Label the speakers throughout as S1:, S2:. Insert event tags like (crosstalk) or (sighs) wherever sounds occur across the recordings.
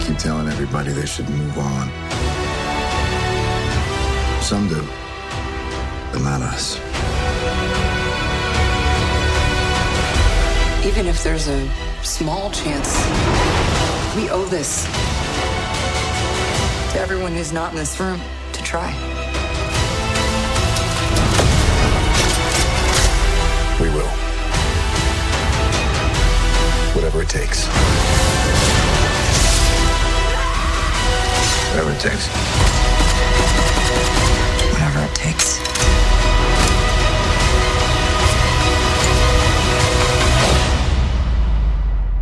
S1: keep telling everybody they should move on. Some do, but not us.
S2: Even if there's a small chance, we owe this to everyone who's not in this room to try.
S1: We will. Whatever it takes. Whatever it takes.
S2: Whatever it takes.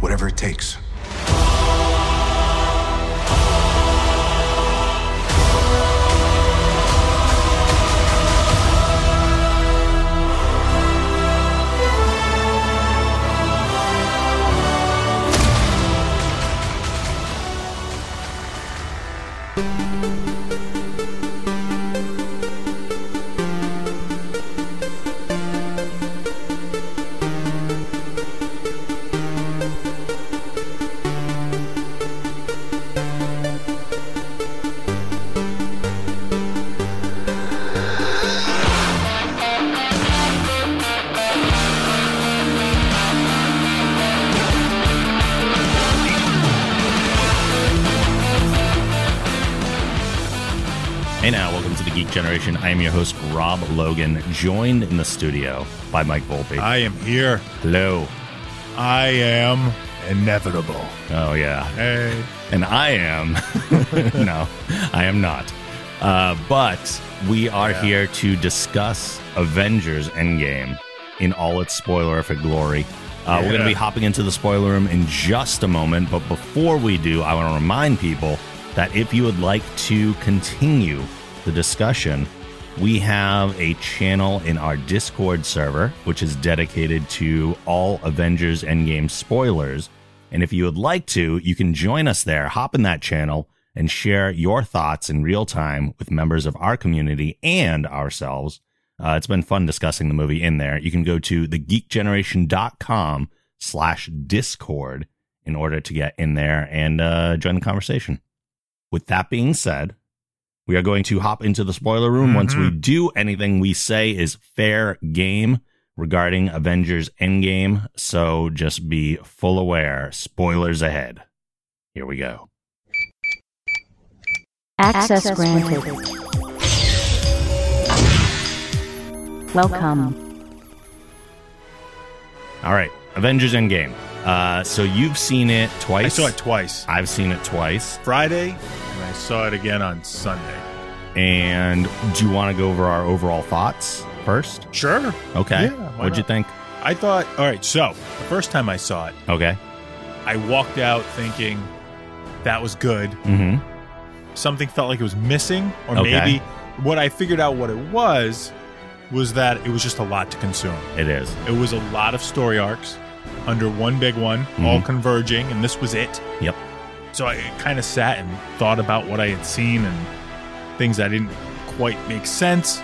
S1: Whatever it takes.
S3: Hey now, welcome to the Geek Generation. I am your host, Rob Logan, joined in the studio by Mike Volpe.
S4: I am here.
S3: Hello.
S4: I am inevitable.
S3: Oh, yeah.
S4: Hey.
S3: And I am. (laughs) no, I am not. Uh, but we are here to discuss Avengers Endgame in all its spoilerific glory. Uh, We're going to be
S4: Yeah.
S3: hopping into the spoiler room in just a moment. But before we do, I want to remind people that if you would like to continue the discussion, we have a channel in our Discord server, which is dedicated to all Avengers Endgame spoilers. And if you would like to, you can join us there, hop in that channel, and share your thoughts in real time with members of our community and ourselves. Uh, it's been fun discussing the movie in there. You can go to thegeekgeneration.com slash discord in order to get in there and uh, join the conversation. With that being said, we are going to hop into the spoiler room. Once we
S4: Mm-hmm.
S3: do, anything we say is fair game regarding Avengers Endgame. So just be full aware. Spoilers ahead. Here we go.
S5: Access, granted. Welcome.
S3: All right. Avengers Endgame. Uh, so you've seen it twice.
S4: I saw it twice.
S3: I've seen it twice.
S4: Friday, and I saw it again on Sunday.
S3: And do you want to go over our overall thoughts first?
S4: Sure.
S3: Okay.
S4: Yeah, why
S3: What'd you
S4: not?
S3: think?
S4: I thought, all right, so the first time I saw it,
S3: Okay.
S4: I walked out thinking that was good.
S3: Mm hmm.
S4: Something felt like it was missing, or
S3: Okay.
S4: maybe what I figured out what it was was that it was just a lot to consume.
S3: It is.
S4: It was a lot of story arcs under one big one, all converging, and this was it.
S3: Yep.
S4: So I kind of sat and thought about what I had seen and things that didn't quite make sense.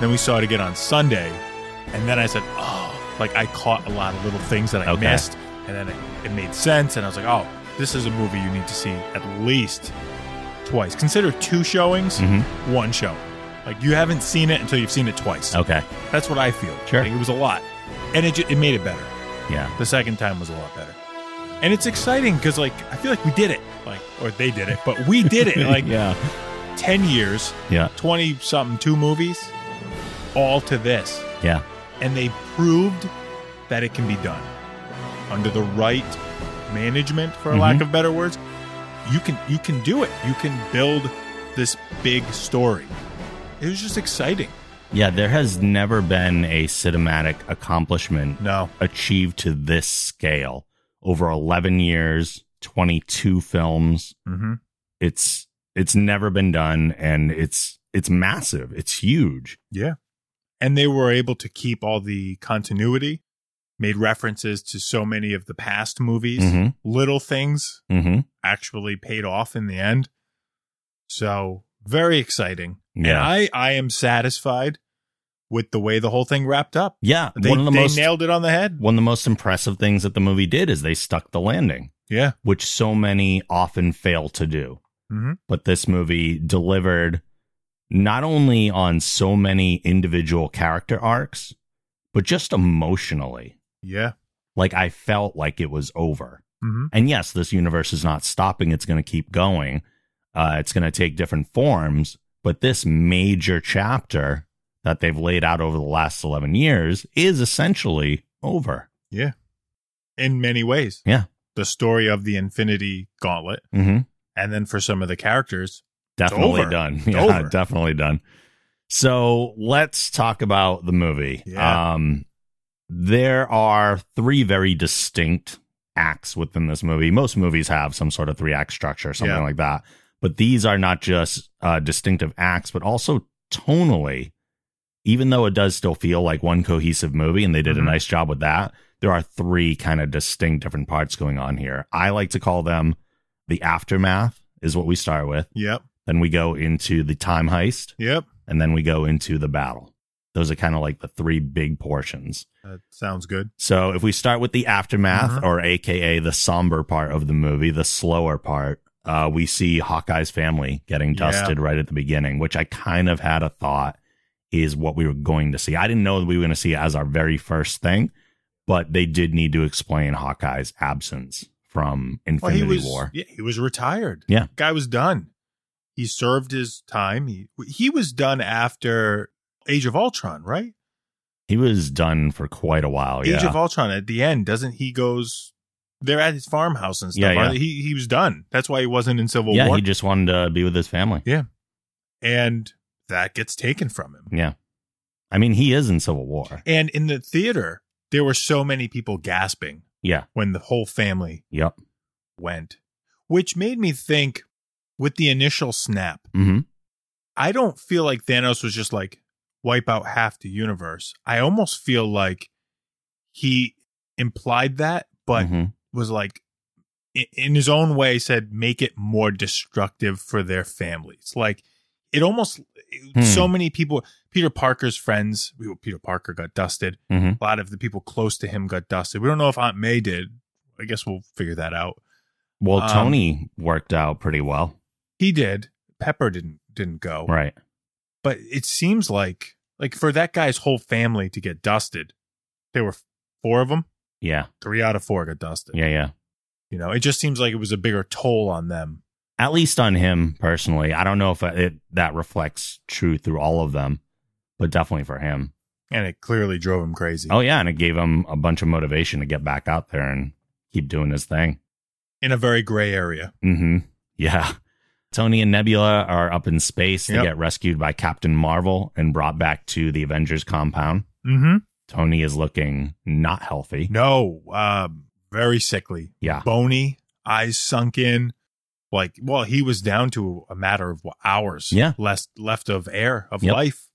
S4: Then we saw it again on Sunday, and then I said, "Oh, like I caught a lot of little things that I
S3: Okay.
S4: missed," and then it, it made sense. And I was like, "Oh, this is a movie you need to see at least twice. Consider two showings,
S3: Mhm.
S4: one show. Like you haven't seen it until you've seen it twice.
S3: Okay.
S4: That's what I feel.
S3: Sure.
S4: Like, it was a lot, and it ju- it made it better.
S3: Yeah.
S4: The second time was a lot better. And it's exciting because, like, I feel like we did it. Like, or they did it, but we did it. Like,
S3: yeah.
S4: 10 years,
S3: Yeah.
S4: 20 something, two movies, all to this.
S3: Yeah.
S4: And they proved that it can be done under the right management, for lack of better words. You can you can do it. You can build this big story. It was just exciting.
S3: Yeah. There has never been a cinematic accomplishment
S4: No,
S3: achieved to this scale over 11 years, 22 films.
S4: mm-hmm.
S3: It's it's never been done, and it's it's massive. It's huge.
S4: Yeah. And they were able to keep all the continuity, made references to so many of the past movies.
S3: Mhm.
S4: Little things
S3: Mm-hmm.
S4: actually paid off in the end. So very exciting. And
S3: Yeah.
S4: I, I am satisfied with the way the whole thing wrapped up.
S3: Yeah.
S4: They,
S3: one of the
S4: they
S3: most
S4: nailed it on the head.
S3: one of the most impressive things that the movie did is they stuck the landing.
S4: Yeah.
S3: which so many often fail to do.
S4: Mhm.
S3: But this movie delivered not only on so many individual character arcs, but just emotionally.
S4: Yeah.
S3: Like I felt like it was over.
S4: Mm-hmm.
S3: And yes, this universe is not stopping, it's going to keep going. Uh, it's going to take different forms. But this major chapter that they've laid out over the last 11 years is essentially over.
S4: Yeah. In many ways.
S3: Yeah.
S4: The story of the Infinity Gauntlet.
S3: Mm-hmm.
S4: And then for some of the characters,
S3: Definitely
S4: over.
S3: done. (laughs)
S4: It's
S3: yeah,
S4: over.
S3: definitely done. So let's talk about the movie.
S4: Yeah.
S3: Um, there are three very distinct acts within this movie. Most movies have some sort of three act structure, something
S4: Yeah.
S3: like that. But these are not just uh, distinctive acts, but also tonally, even though it does still feel like one cohesive movie, and they did
S4: Mhm.
S3: a nice job with that, there are three kind of distinct different parts going on here. I like to call them the aftermath, is what we start with.
S4: yep,
S3: Then we go into the time heist,
S4: yep.
S3: and then we go into the battle. Those are kind of like the three big portions.
S4: That sounds good.
S3: So if we start with the aftermath,
S4: Mhm.
S3: or AKA the somber part of the movie, the slower part, uh, we see Hawkeye's family getting
S4: Yeah.
S3: dusted right at the beginning, which I kind of had a thought is what we were going to see. I didn't know that we were going to see it as our very first thing, but they did need to explain Hawkeye's absence from
S4: Well,
S3: Infinity
S4: he was
S3: War.
S4: Yeah, he was retired.
S3: Yeah.
S4: Guy was done. He served his time. He he was done after Age of Ultron, right?
S3: He was done for quite a while.
S4: Age
S3: Oh, yeah.
S4: of Ultron at the end, doesn't he goes they're at his farmhouse and stuff.
S3: Yeah, yeah.
S4: aren't they? He he was done. That's why he wasn't in Civil
S3: yeah,
S4: War.
S3: he just wanted to be with his family.
S4: and that gets taken from him.
S3: Yeah. I mean, he is in Civil War.
S4: And in the theater, there were so many people gasping
S3: Yeah.
S4: when the whole family
S3: Yep.
S4: went, which made me think with the initial snap,
S3: Mm-hmm.
S4: I don't feel like Thanos was just like wipe out half the universe. I almost feel like he implied that, but
S3: Mm-hmm.
S4: was like i- in his own way said make it more destructive for their families. Like it almost
S3: Hmm.
S4: so many people Peter Parker's friends, Peter Parker got dusted.
S3: hmm
S4: a lot of the people close to him got dusted. We don't know if Aunt May did. I guess we'll figure that out.
S3: Well,
S4: Um,
S3: Tony worked out pretty well.
S4: He did. Pepper didn't didn't go.
S3: Right.
S4: But it seems like like for that guy's whole family to get dusted, there were four of them.
S3: Yeah.
S4: Three out of four got dusted.
S3: Yeah. Yeah.
S4: You know, it just seems like it was a bigger toll on them.
S3: At least on him personally. I don't know if it, that reflects true through all of them, but definitely for him.
S4: And it clearly drove him crazy.
S3: Oh, yeah. And it gave him a bunch of motivation to get back out there and keep doing his thing.
S4: In a very gray area.
S3: Mm-hmm. Yeah. Tony and Nebula are up in space. They
S4: Yep.
S3: get rescued by Captain Marvel and brought back to the Avengers compound.
S4: Mm-hmm.
S3: Tony is looking not healthy.
S4: No. Um, very sickly.
S3: Yeah.
S4: Bony, eyes sunk in. Like, well, he was down to a matter of hours.
S3: Yeah.
S4: Less left of air, of
S3: Yep.
S4: life.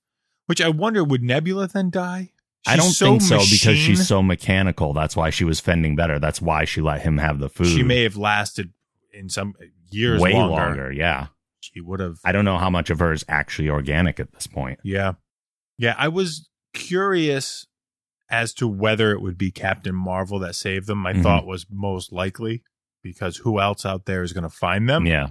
S4: Which I wonder, would Nebula then die?
S3: I don't
S4: She's so
S3: think so because
S4: machine.
S3: she's so mechanical. That's why she was fending better. That's why she let him have the food.
S4: She may have lasted in some years
S3: way
S4: longer.
S3: Yeah,
S4: She would have.
S3: I don't know how much of her is actually organic at this point.
S4: Yeah. Yeah. I was curious as to whether it would be Captain Marvel that saved them. My
S3: Mhm.
S4: thought was most likely because who else out there is going to find them?
S3: Yeah,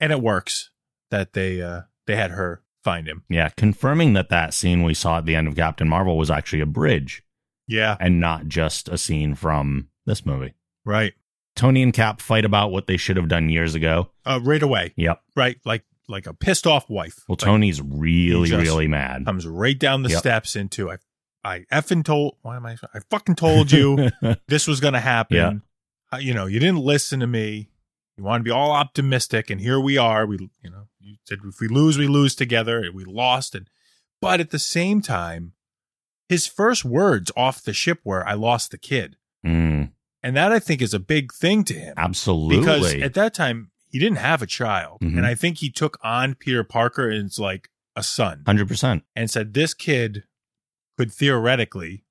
S4: And it works that they uh, they had her find him.
S3: yeah. Confirming that that scene we saw at the end of Captain Marvel was actually a bridge
S4: Yeah.
S3: and not just a scene from this movie.
S4: Right.
S3: Tony and Cap fight about what they should have done years ago.
S4: Uh, right away.
S3: Yep.
S4: Right. Like like a pissed off wife.
S3: Well,
S4: Like,
S3: Tony's really,
S4: just-
S3: really mad.
S4: comes right down the
S3: Yep.
S4: steps into I I effing told why am I I fucking told you.
S3: (laughs)
S4: this was going to happen.
S3: Yeah.
S4: Uh, you know, you didn't listen to me. You want to be all optimistic, and here we are. We, you know, you said if we lose, we lose together, and we lost. And but at the same time, his first words off the ship were, "I lost the kid,"
S3: Mm,
S4: and that I think is a big thing to him
S3: absolutely.
S4: because at that time he didn't have a child,
S3: Mhm.
S4: and I think he took on Peter Parker as like a son,
S3: Hundred percent.
S4: and said, "This kid could theoretically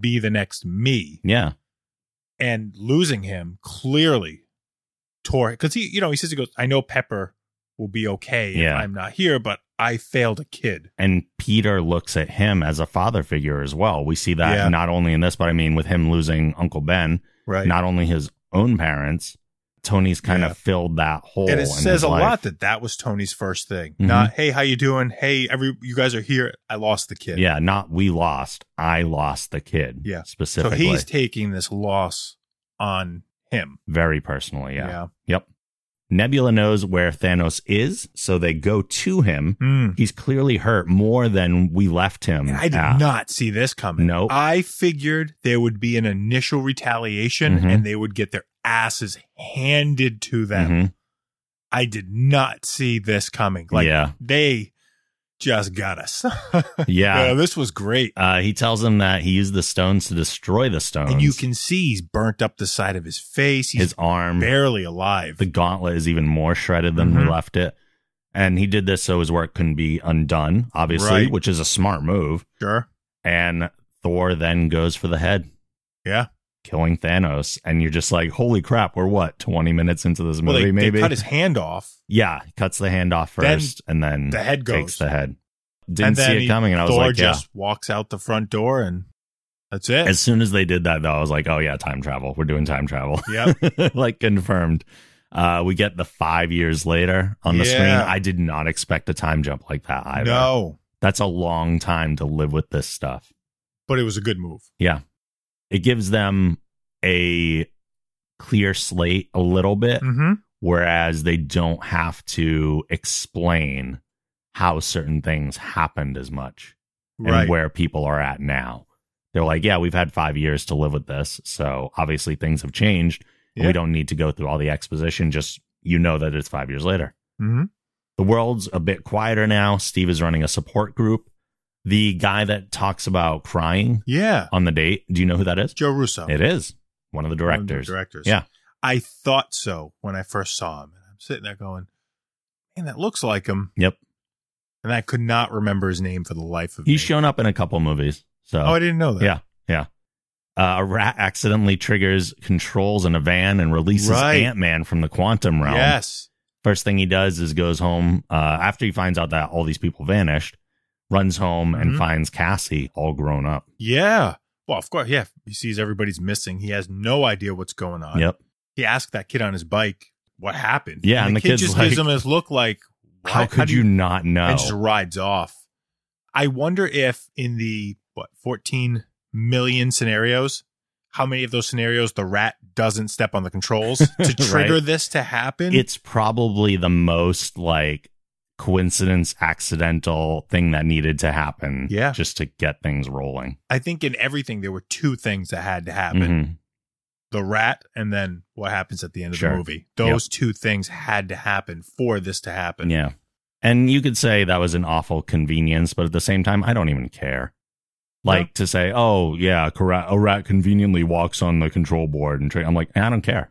S4: be the next me."
S3: Yeah.
S4: and losing him clearly tore because he you know he says he goes i know pepper will be okay
S3: Yeah.
S4: if i'm not here but i failed a kid
S3: and Peter looks at him as a father figure as well. We see that
S4: Yeah.
S3: not only in this, but I mean with him losing Uncle Ben,
S4: right
S3: not only his own parents, Tony's kind
S4: Yeah.
S3: of filled that hole.
S4: and it
S3: in
S4: says
S3: his
S4: a
S3: life.
S4: lot that that was Tony's first thing.
S3: Mhm.
S4: Not hey, how you doing? Hey, every you guys are here. I lost the kid.
S3: Yeah, not we lost. I lost the kid.
S4: Yeah. So
S3: specifically,
S4: he's taking this loss on him.
S3: very personally. Yeah. Yep. Nebula knows where Thanos is, so they go to him.
S4: Mm.
S3: He's clearly hurt more than we left him.
S4: And I did
S3: at.
S4: not see this coming.
S3: Nope.
S4: I figured there would be an initial retaliation
S3: Mhm.
S4: and they would get their asses handed to them.
S3: Mhm.
S4: I did not see this coming. Like
S3: yeah.
S4: they just got us. (laughs)
S3: Yeah.
S4: Yeah, this was great.
S3: Uh, he tells him that he used the stones to destroy the stones.
S4: And you can see he's burnt up the side of his face. He's
S3: his arm,
S4: barely alive.
S3: the gauntlet is even more shredded than we
S4: Mhm.
S3: left it. And he did this so his work couldn't be undone, obviously,
S4: Right.
S3: which is a smart move.
S4: sure.
S3: And Thor then goes for the head,
S4: Yeah.
S3: killing Thanos. And you're just like, holy crap, we're what, 20 minutes into this movie,
S4: Well, they,
S3: maybe?
S4: they cut his hand off.
S3: yeah, he cuts the hand off
S4: Then
S3: first and then
S4: the head
S3: takes
S4: goes.
S3: the head. (laughs)
S4: and
S3: Didn't
S4: then
S3: see it
S4: he-
S3: coming. And I was
S4: Thor
S3: like,
S4: just walks out the front door and that's
S3: yeah.
S4: it.
S3: As soon as they did that, though, I was like, oh, yeah, time travel. We're doing time travel.
S4: yep.
S3: (laughs) like confirmed. Uh, we get the five years later on the screen.
S4: Yeah.
S3: I did not expect a time jump like that either.
S4: No.
S3: That's a long time to live with this stuff.
S4: But it was a
S3: (laughs)
S4: good move.
S3: Yeah. It gives them a clear slate a little bit,
S4: Mm-hmm.
S3: whereas they don't have to explain how certain things happened as much and where people are at now. They're like, yeah, we've had five years to live with this. So obviously things have changed. and
S4: Yeah.
S3: We don't need to go through all the exposition. Just you know that it's five years later.
S4: mm-hmm.
S3: The world's a bit quieter now. Steve is running a support group. The guy that talks about crying
S4: Yeah.
S3: on the date, do you know who that is?
S4: Joe Russo.
S3: It is one of the
S4: One of the
S3: directors.
S4: directors.
S3: Yeah.
S4: I thought so when I first saw him. And I'm sitting there going, man, that looks like him.
S3: Yep.
S4: And I could not remember his name for the life of me.
S3: He's shown up in a couple movies. So
S4: oh, I didn't know that.
S3: Yeah. uh, a rat accidentally triggers controls in a van and releases
S4: Right.
S3: Ant Man from the quantum realm.
S4: Yes.
S3: First thing he does is goes home uh, after he finds out that all these people vanished, runs home and
S4: Mhm.
S3: finds Cassie all grown up.
S4: Yeah. Well, of course. Yeah. He sees everybody's missing. He has no idea what's going on.
S3: Yep.
S4: He asked that kid on his bike what happened.
S3: Yeah, and the
S4: kid
S3: kid's
S4: just
S3: like,
S4: gives him his look like, "What?
S3: How could
S4: do
S3: you not know?
S4: and just rides off. I wonder if in the what 14 million scenarios, how many of those scenarios the rat doesn't step on
S3: (laughs)
S4: the controls to trigger
S3: Right.
S4: this to happen?
S3: It's probably the most like coincidence, accidental thing that needed to happen.
S4: Yeah.
S3: Just to get things rolling.
S4: I think in everything there were two things that had to happen.
S3: Mhm.
S4: The rat and then what happens at the end of
S3: Sure.
S4: the movie. Those two things had to happen for this to happen.
S3: Yeah. And you could say that was an awful convenience, but at the same time, I don't even care. Like to say, oh, yeah, a rat, a rat conveniently walks on the control board and tra-. I'm like, I don't care.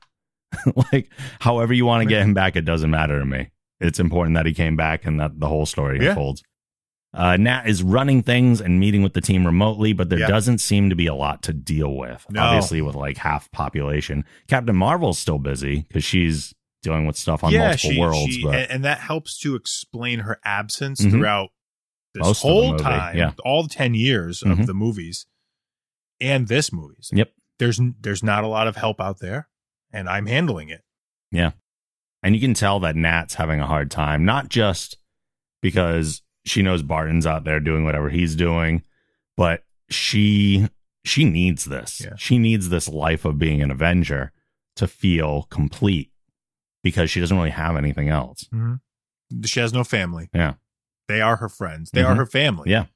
S3: (laughs) like, however you want to get him back, it doesn't matter to me. It's important that he came back and that the whole story
S4: Yeah.
S3: unfolds. Uh, Nat is running things and meeting with the team remotely, but there
S4: Yeah.
S3: doesn't seem to be a lot to deal with.
S4: No.
S3: Obviously, with like half population, Captain Marvel's still busy because she's dealing with stuff on
S4: yeah,
S3: multiple
S4: she,
S3: worlds.
S4: she-
S3: but
S4: and, and that helps to explain her absence
S3: Mhm.
S4: throughout this
S3: Most of the
S4: whole
S3: movie,
S4: time,
S3: yeah.
S4: all ten years
S3: Mhm.
S4: of the movies and this movies.
S3: Yep.
S4: there's n- there's not a lot of help out there, and I'm handling it.
S3: And you can tell that Nat's having a hard time, not just because she knows Barton's out there doing whatever he's doing, but she she needs this.
S4: Yeah.
S3: She needs this life of being an Avenger to feel complete because she doesn't really have anything else.
S4: Mm-hmm. She has no family.
S3: Yeah.
S4: they are her friends. They are
S3: Mhm.
S4: her family.
S3: Yeah.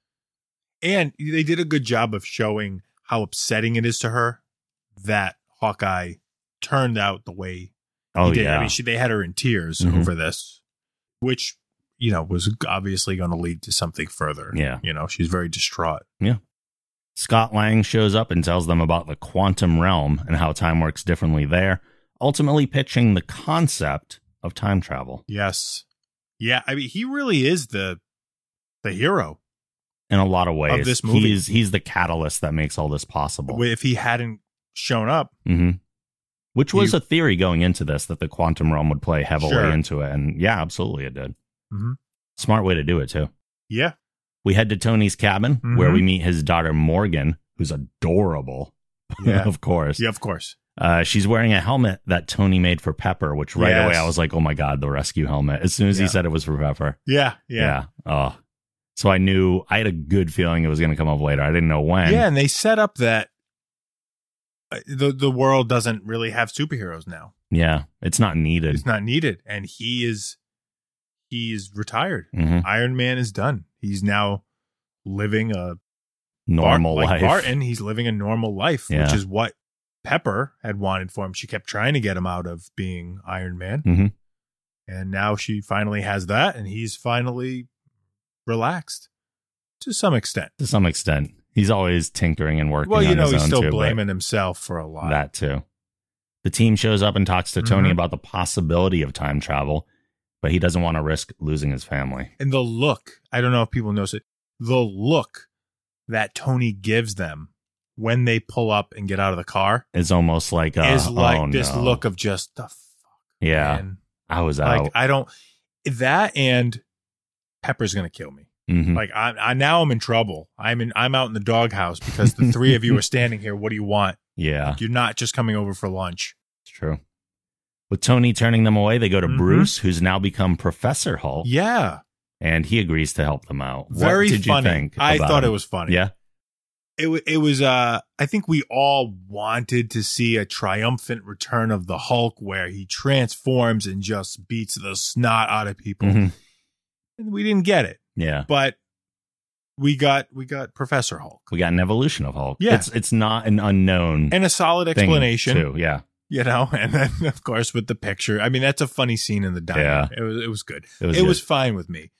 S4: and they did a good job of showing how upsetting it is to her that Hawkeye turned out the way
S3: Oh
S4: he did.
S3: yeah.
S4: I mean, she, they had her in tears
S3: Mhm.
S4: over this, which you know was obviously going to lead to something further.
S3: Yeah.
S4: you know, she's very distraught.
S3: Scott Lang shows up and tells them about the quantum realm and how time works differently there, ultimately pitching the concept of time travel.
S4: Yes, yeah. I mean, he really is the the hero.
S3: In a lot of ways,
S4: this movie.
S3: he's he's the catalyst that makes all this possible.
S4: If he hadn't shown up,
S3: Mm-hmm. Which was
S4: You-
S3: a theory going into this that the quantum realm would play heavily
S4: Sure.
S3: into it. And yeah, absolutely it did.
S4: Mhm.
S3: Smart way to do it, too.
S4: yeah,
S3: We head to Tony's cabin where
S4: Mhm.
S3: we meet his daughter, Morgan, who's adorable, (laughs)
S4: yeah,
S3: of course.
S4: yeah. Of course,
S3: Uh, she's wearing a helmet that Tony made for Pepper, which right
S4: Yes.
S3: away I was like, oh my God, the rescue helmet. As soon as
S4: Yeah.
S3: he said it was for Pepper.
S4: Yeah, yeah,
S3: Yeah. Oh. So I knew I had a good feeling it was going to come up later. I didn't know when.
S4: And they set up that uh, the the world doesn't really have superheroes now.
S3: Yeah. It's not needed.
S4: It's not needed, and he is he is retired.
S3: hmm
S4: Iron Man is done. He's now living a Bart-
S3: Normal
S4: like
S3: life. (laughs)
S4: Barton, he's living a normal life, which
S3: Yeah.
S4: is what Pepper had wanted for him. She kept trying to get him out of being Iron Man,
S3: Mhm.
S4: and now she finally has that, and he's finally relaxed to some extent.
S3: To some extent. He's always tinkering and working
S4: Well,
S3: on
S4: you know,
S3: his
S4: he's
S3: own
S4: still
S3: too, but
S4: blaming himself for a lot.
S3: that too. The team shows up and talks to Tony
S4: Mhm.
S3: about the possibility of time travel, but he doesn't want to risk losing his family.
S4: and the look i don't know if people notice it the look that tony gives them when they pull up and get out of the car
S3: It's almost like a,
S4: is like
S3: oh,
S4: this
S3: no.
S4: look of just the fuck
S3: Yeah,
S4: man.
S3: I was out.
S4: like i don't that and pepper's gonna kill me
S3: Mhm.
S4: like I, I now i'm in trouble i'm in i'm out in the doghouse because the three of
S3: (laughs)
S4: you are standing here what do you want
S3: yeah,
S4: you're not just coming over for lunch
S3: it's true. With Tony turning them away, they go to
S4: Mhm.
S3: Bruce, who's now become Professor Hulk,
S4: yeah
S3: and he agrees to help them out.
S4: very
S3: what did
S4: funny
S3: you think?
S4: i
S3: about
S4: thought
S3: him?
S4: it was funny
S3: Yeah,
S4: it wa- it was uh I think we all wanted to see a triumphant return of the Hulk where he transforms and just beats the snot out of people.
S3: Mhm.
S4: And we didn't get it,
S3: yeah.
S4: but we got we got Professor Hulk.
S3: We got an evolution of Hulk.
S4: Yeah.
S3: it's it's not an unknown
S4: And a solid
S3: thing,
S4: explanation,
S3: Too. Yeah,
S4: you know, (laughs) and then of course with the picture. I mean, that's a funny scene in the diner.
S3: Yeah.
S4: It was it was good.
S3: it
S4: It
S3: was
S4: was,
S3: good.
S4: fine with me.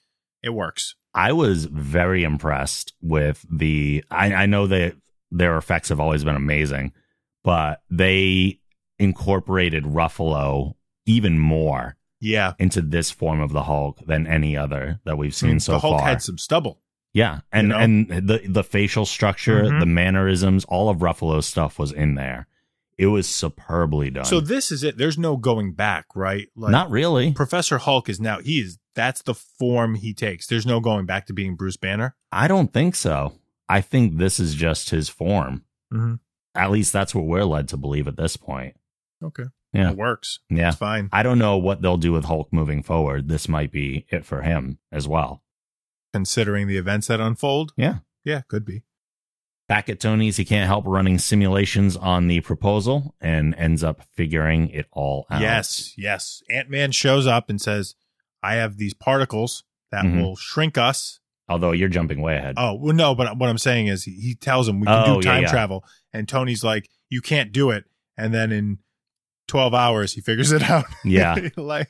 S4: It works.
S3: I was very impressed with the. I, I know that their effects have always been amazing, but they incorporated Ruffalo even more
S4: Yeah.
S3: into this form of the Hulk than any other that we've seen so
S4: Mm, the Hulk
S3: far.
S4: had some stubble.
S3: yeah, and
S4: know?
S3: and the the facial structure,
S4: Mhm.
S3: the mannerisms, all of Ruffalo's stuff was in there. It was superbly done.
S4: So this is it. There's no going back, right? Like
S3: not really.
S4: Professor Hulk is now he is that's the form he takes. There's no going back to being Bruce Banner.
S3: I don't think so. I think this is just his form.
S4: Mhm.
S3: At least that's what we're led to believe at this point.
S4: Okay.
S3: Yeah.
S4: It works.
S3: Yeah.
S4: It's fine.
S3: I don't know what they'll do with Hulk moving forward. This might be it for him as well.
S4: Considering the events that unfold.
S3: Yeah.
S4: Yeah, could be.
S3: Back at Tony's, he can't help running simulations on the proposal and ends up figuring it all out.
S4: Yes, yes. Ant Man shows up and says, I have these particles that
S3: Mhm.
S4: will shrink us.
S3: Although you're jumping way ahead.
S4: Oh, well, no, but what I'm saying is he, he tells him we can
S3: Oh,
S4: do
S3: yeah,
S4: time
S3: yeah.
S4: travel. And Tony's like, You can't do it. And then in 12 hours, he figures it (laughs) out.
S3: Yeah.
S4: like,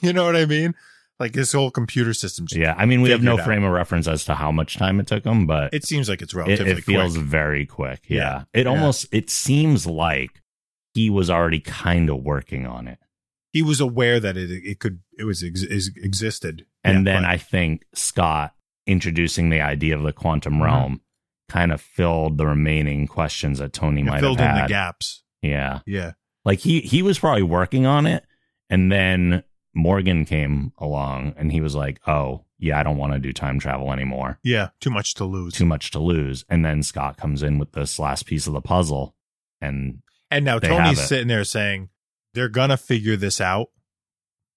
S4: you know what I mean? Like his whole computer system. just-
S3: Yeah. I mean, we have no
S4: Figured out.
S3: frame of reference as to how much time it took him, but
S4: It seems like it's
S3: it,
S4: relatively
S3: it feels
S4: quick.
S3: very quick. Yeah.
S4: Yeah.
S3: It
S4: Yeah.
S3: almost, it seems like he was already kind of working on it.
S4: He was aware that it it could it was ex- is existed,
S3: And then I think Scott introducing the idea of the quantum
S4: Mhm.
S3: realm kind of filled the remaining questions that Tony might
S4: filled
S3: have
S4: in
S3: had.
S4: the gaps.
S3: Yeah.
S4: Yeah,
S3: Like he he was probably working on it and then Morgan came along and he was like, "Oh, yeah, I don't want to do time travel anymore.
S4: yeah. Too much to lose,
S3: Too much to lose." And then Scott comes in with this last piece of the puzzle and
S4: and now
S3: They have
S4: Tony's
S3: it.
S4: sitting there saying, "They're gonna figure this out,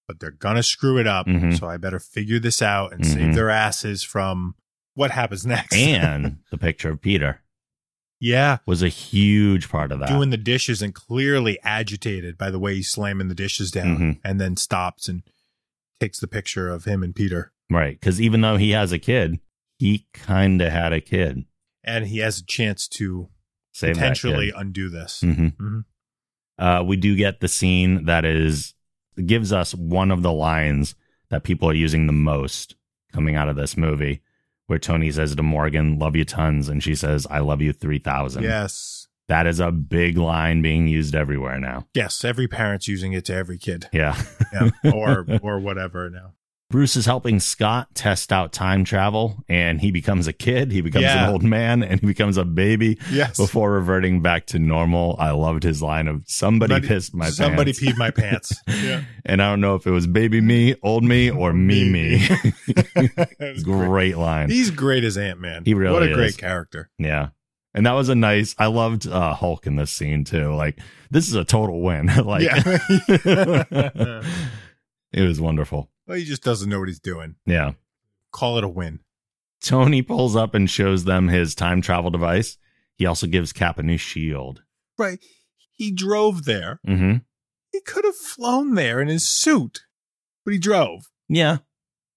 S4: but they're gonna screw it up.
S3: Mhm.
S4: So I better figure this out and
S3: Mhm.
S4: save their asses from what happens (laughs)
S3: (laughs)
S4: next."
S3: and the picture of Peter
S4: yeah,
S3: was a huge part of that.
S4: doing the dishes and clearly agitated by the way he's slamming the dishes down,
S3: Mhm.
S4: and then stops and takes the picture of him and Peter.
S3: right, cuz even though he has a kid, he kind of had a kid.
S4: and he has a chance to
S3: Save that kid.
S4: potentially undo this.
S3: hmm
S4: Mhm.
S3: Uh, we do get the scene that is gives us one of the lines that people are using the most coming out of this movie, where Tony says to Morgan, "Love you tons," and she says, "I love you 3,000.
S4: Yes.
S3: that is a big line being used everywhere now.
S4: Yes, every parent's using it to
S3: (laughs)
S4: every kid.
S3: Yeah.
S4: Yeah. or or whatever now.
S3: Bruce is helping Scott test out time travel, and he becomes a kid. He becomes
S4: Yeah.
S3: an old man, and he becomes a baby
S4: Yes.
S3: before reverting back to normal. I loved his line of "Somebody,
S4: Somebody-
S3: pissed my
S4: Somebody
S3: pants."
S4: peed my
S3: (laughs)
S4: pants. yeah.
S3: And I don't know if it was baby me, old me, or me (laughs) me.
S4: (laughs) That was great.
S3: Great line.
S4: He's great as Ant Man.
S3: He really
S4: What a
S3: is.
S4: great character.
S3: Yeah. And that was a nice. I loved uh, Hulk in this scene too. Like this is a total win. (laughs) like
S4: (laughs) yeah.
S3: it was wonderful.
S4: well, he just doesn't know what he's doing.
S3: Yeah.
S4: Call it a win.
S3: Tony pulls up and shows them his time travel device. He also gives Cap a new shield.
S4: Right. He drove there.
S3: Mm-hmm.
S4: He could have flown there in his suit, but he drove.
S3: Yeah.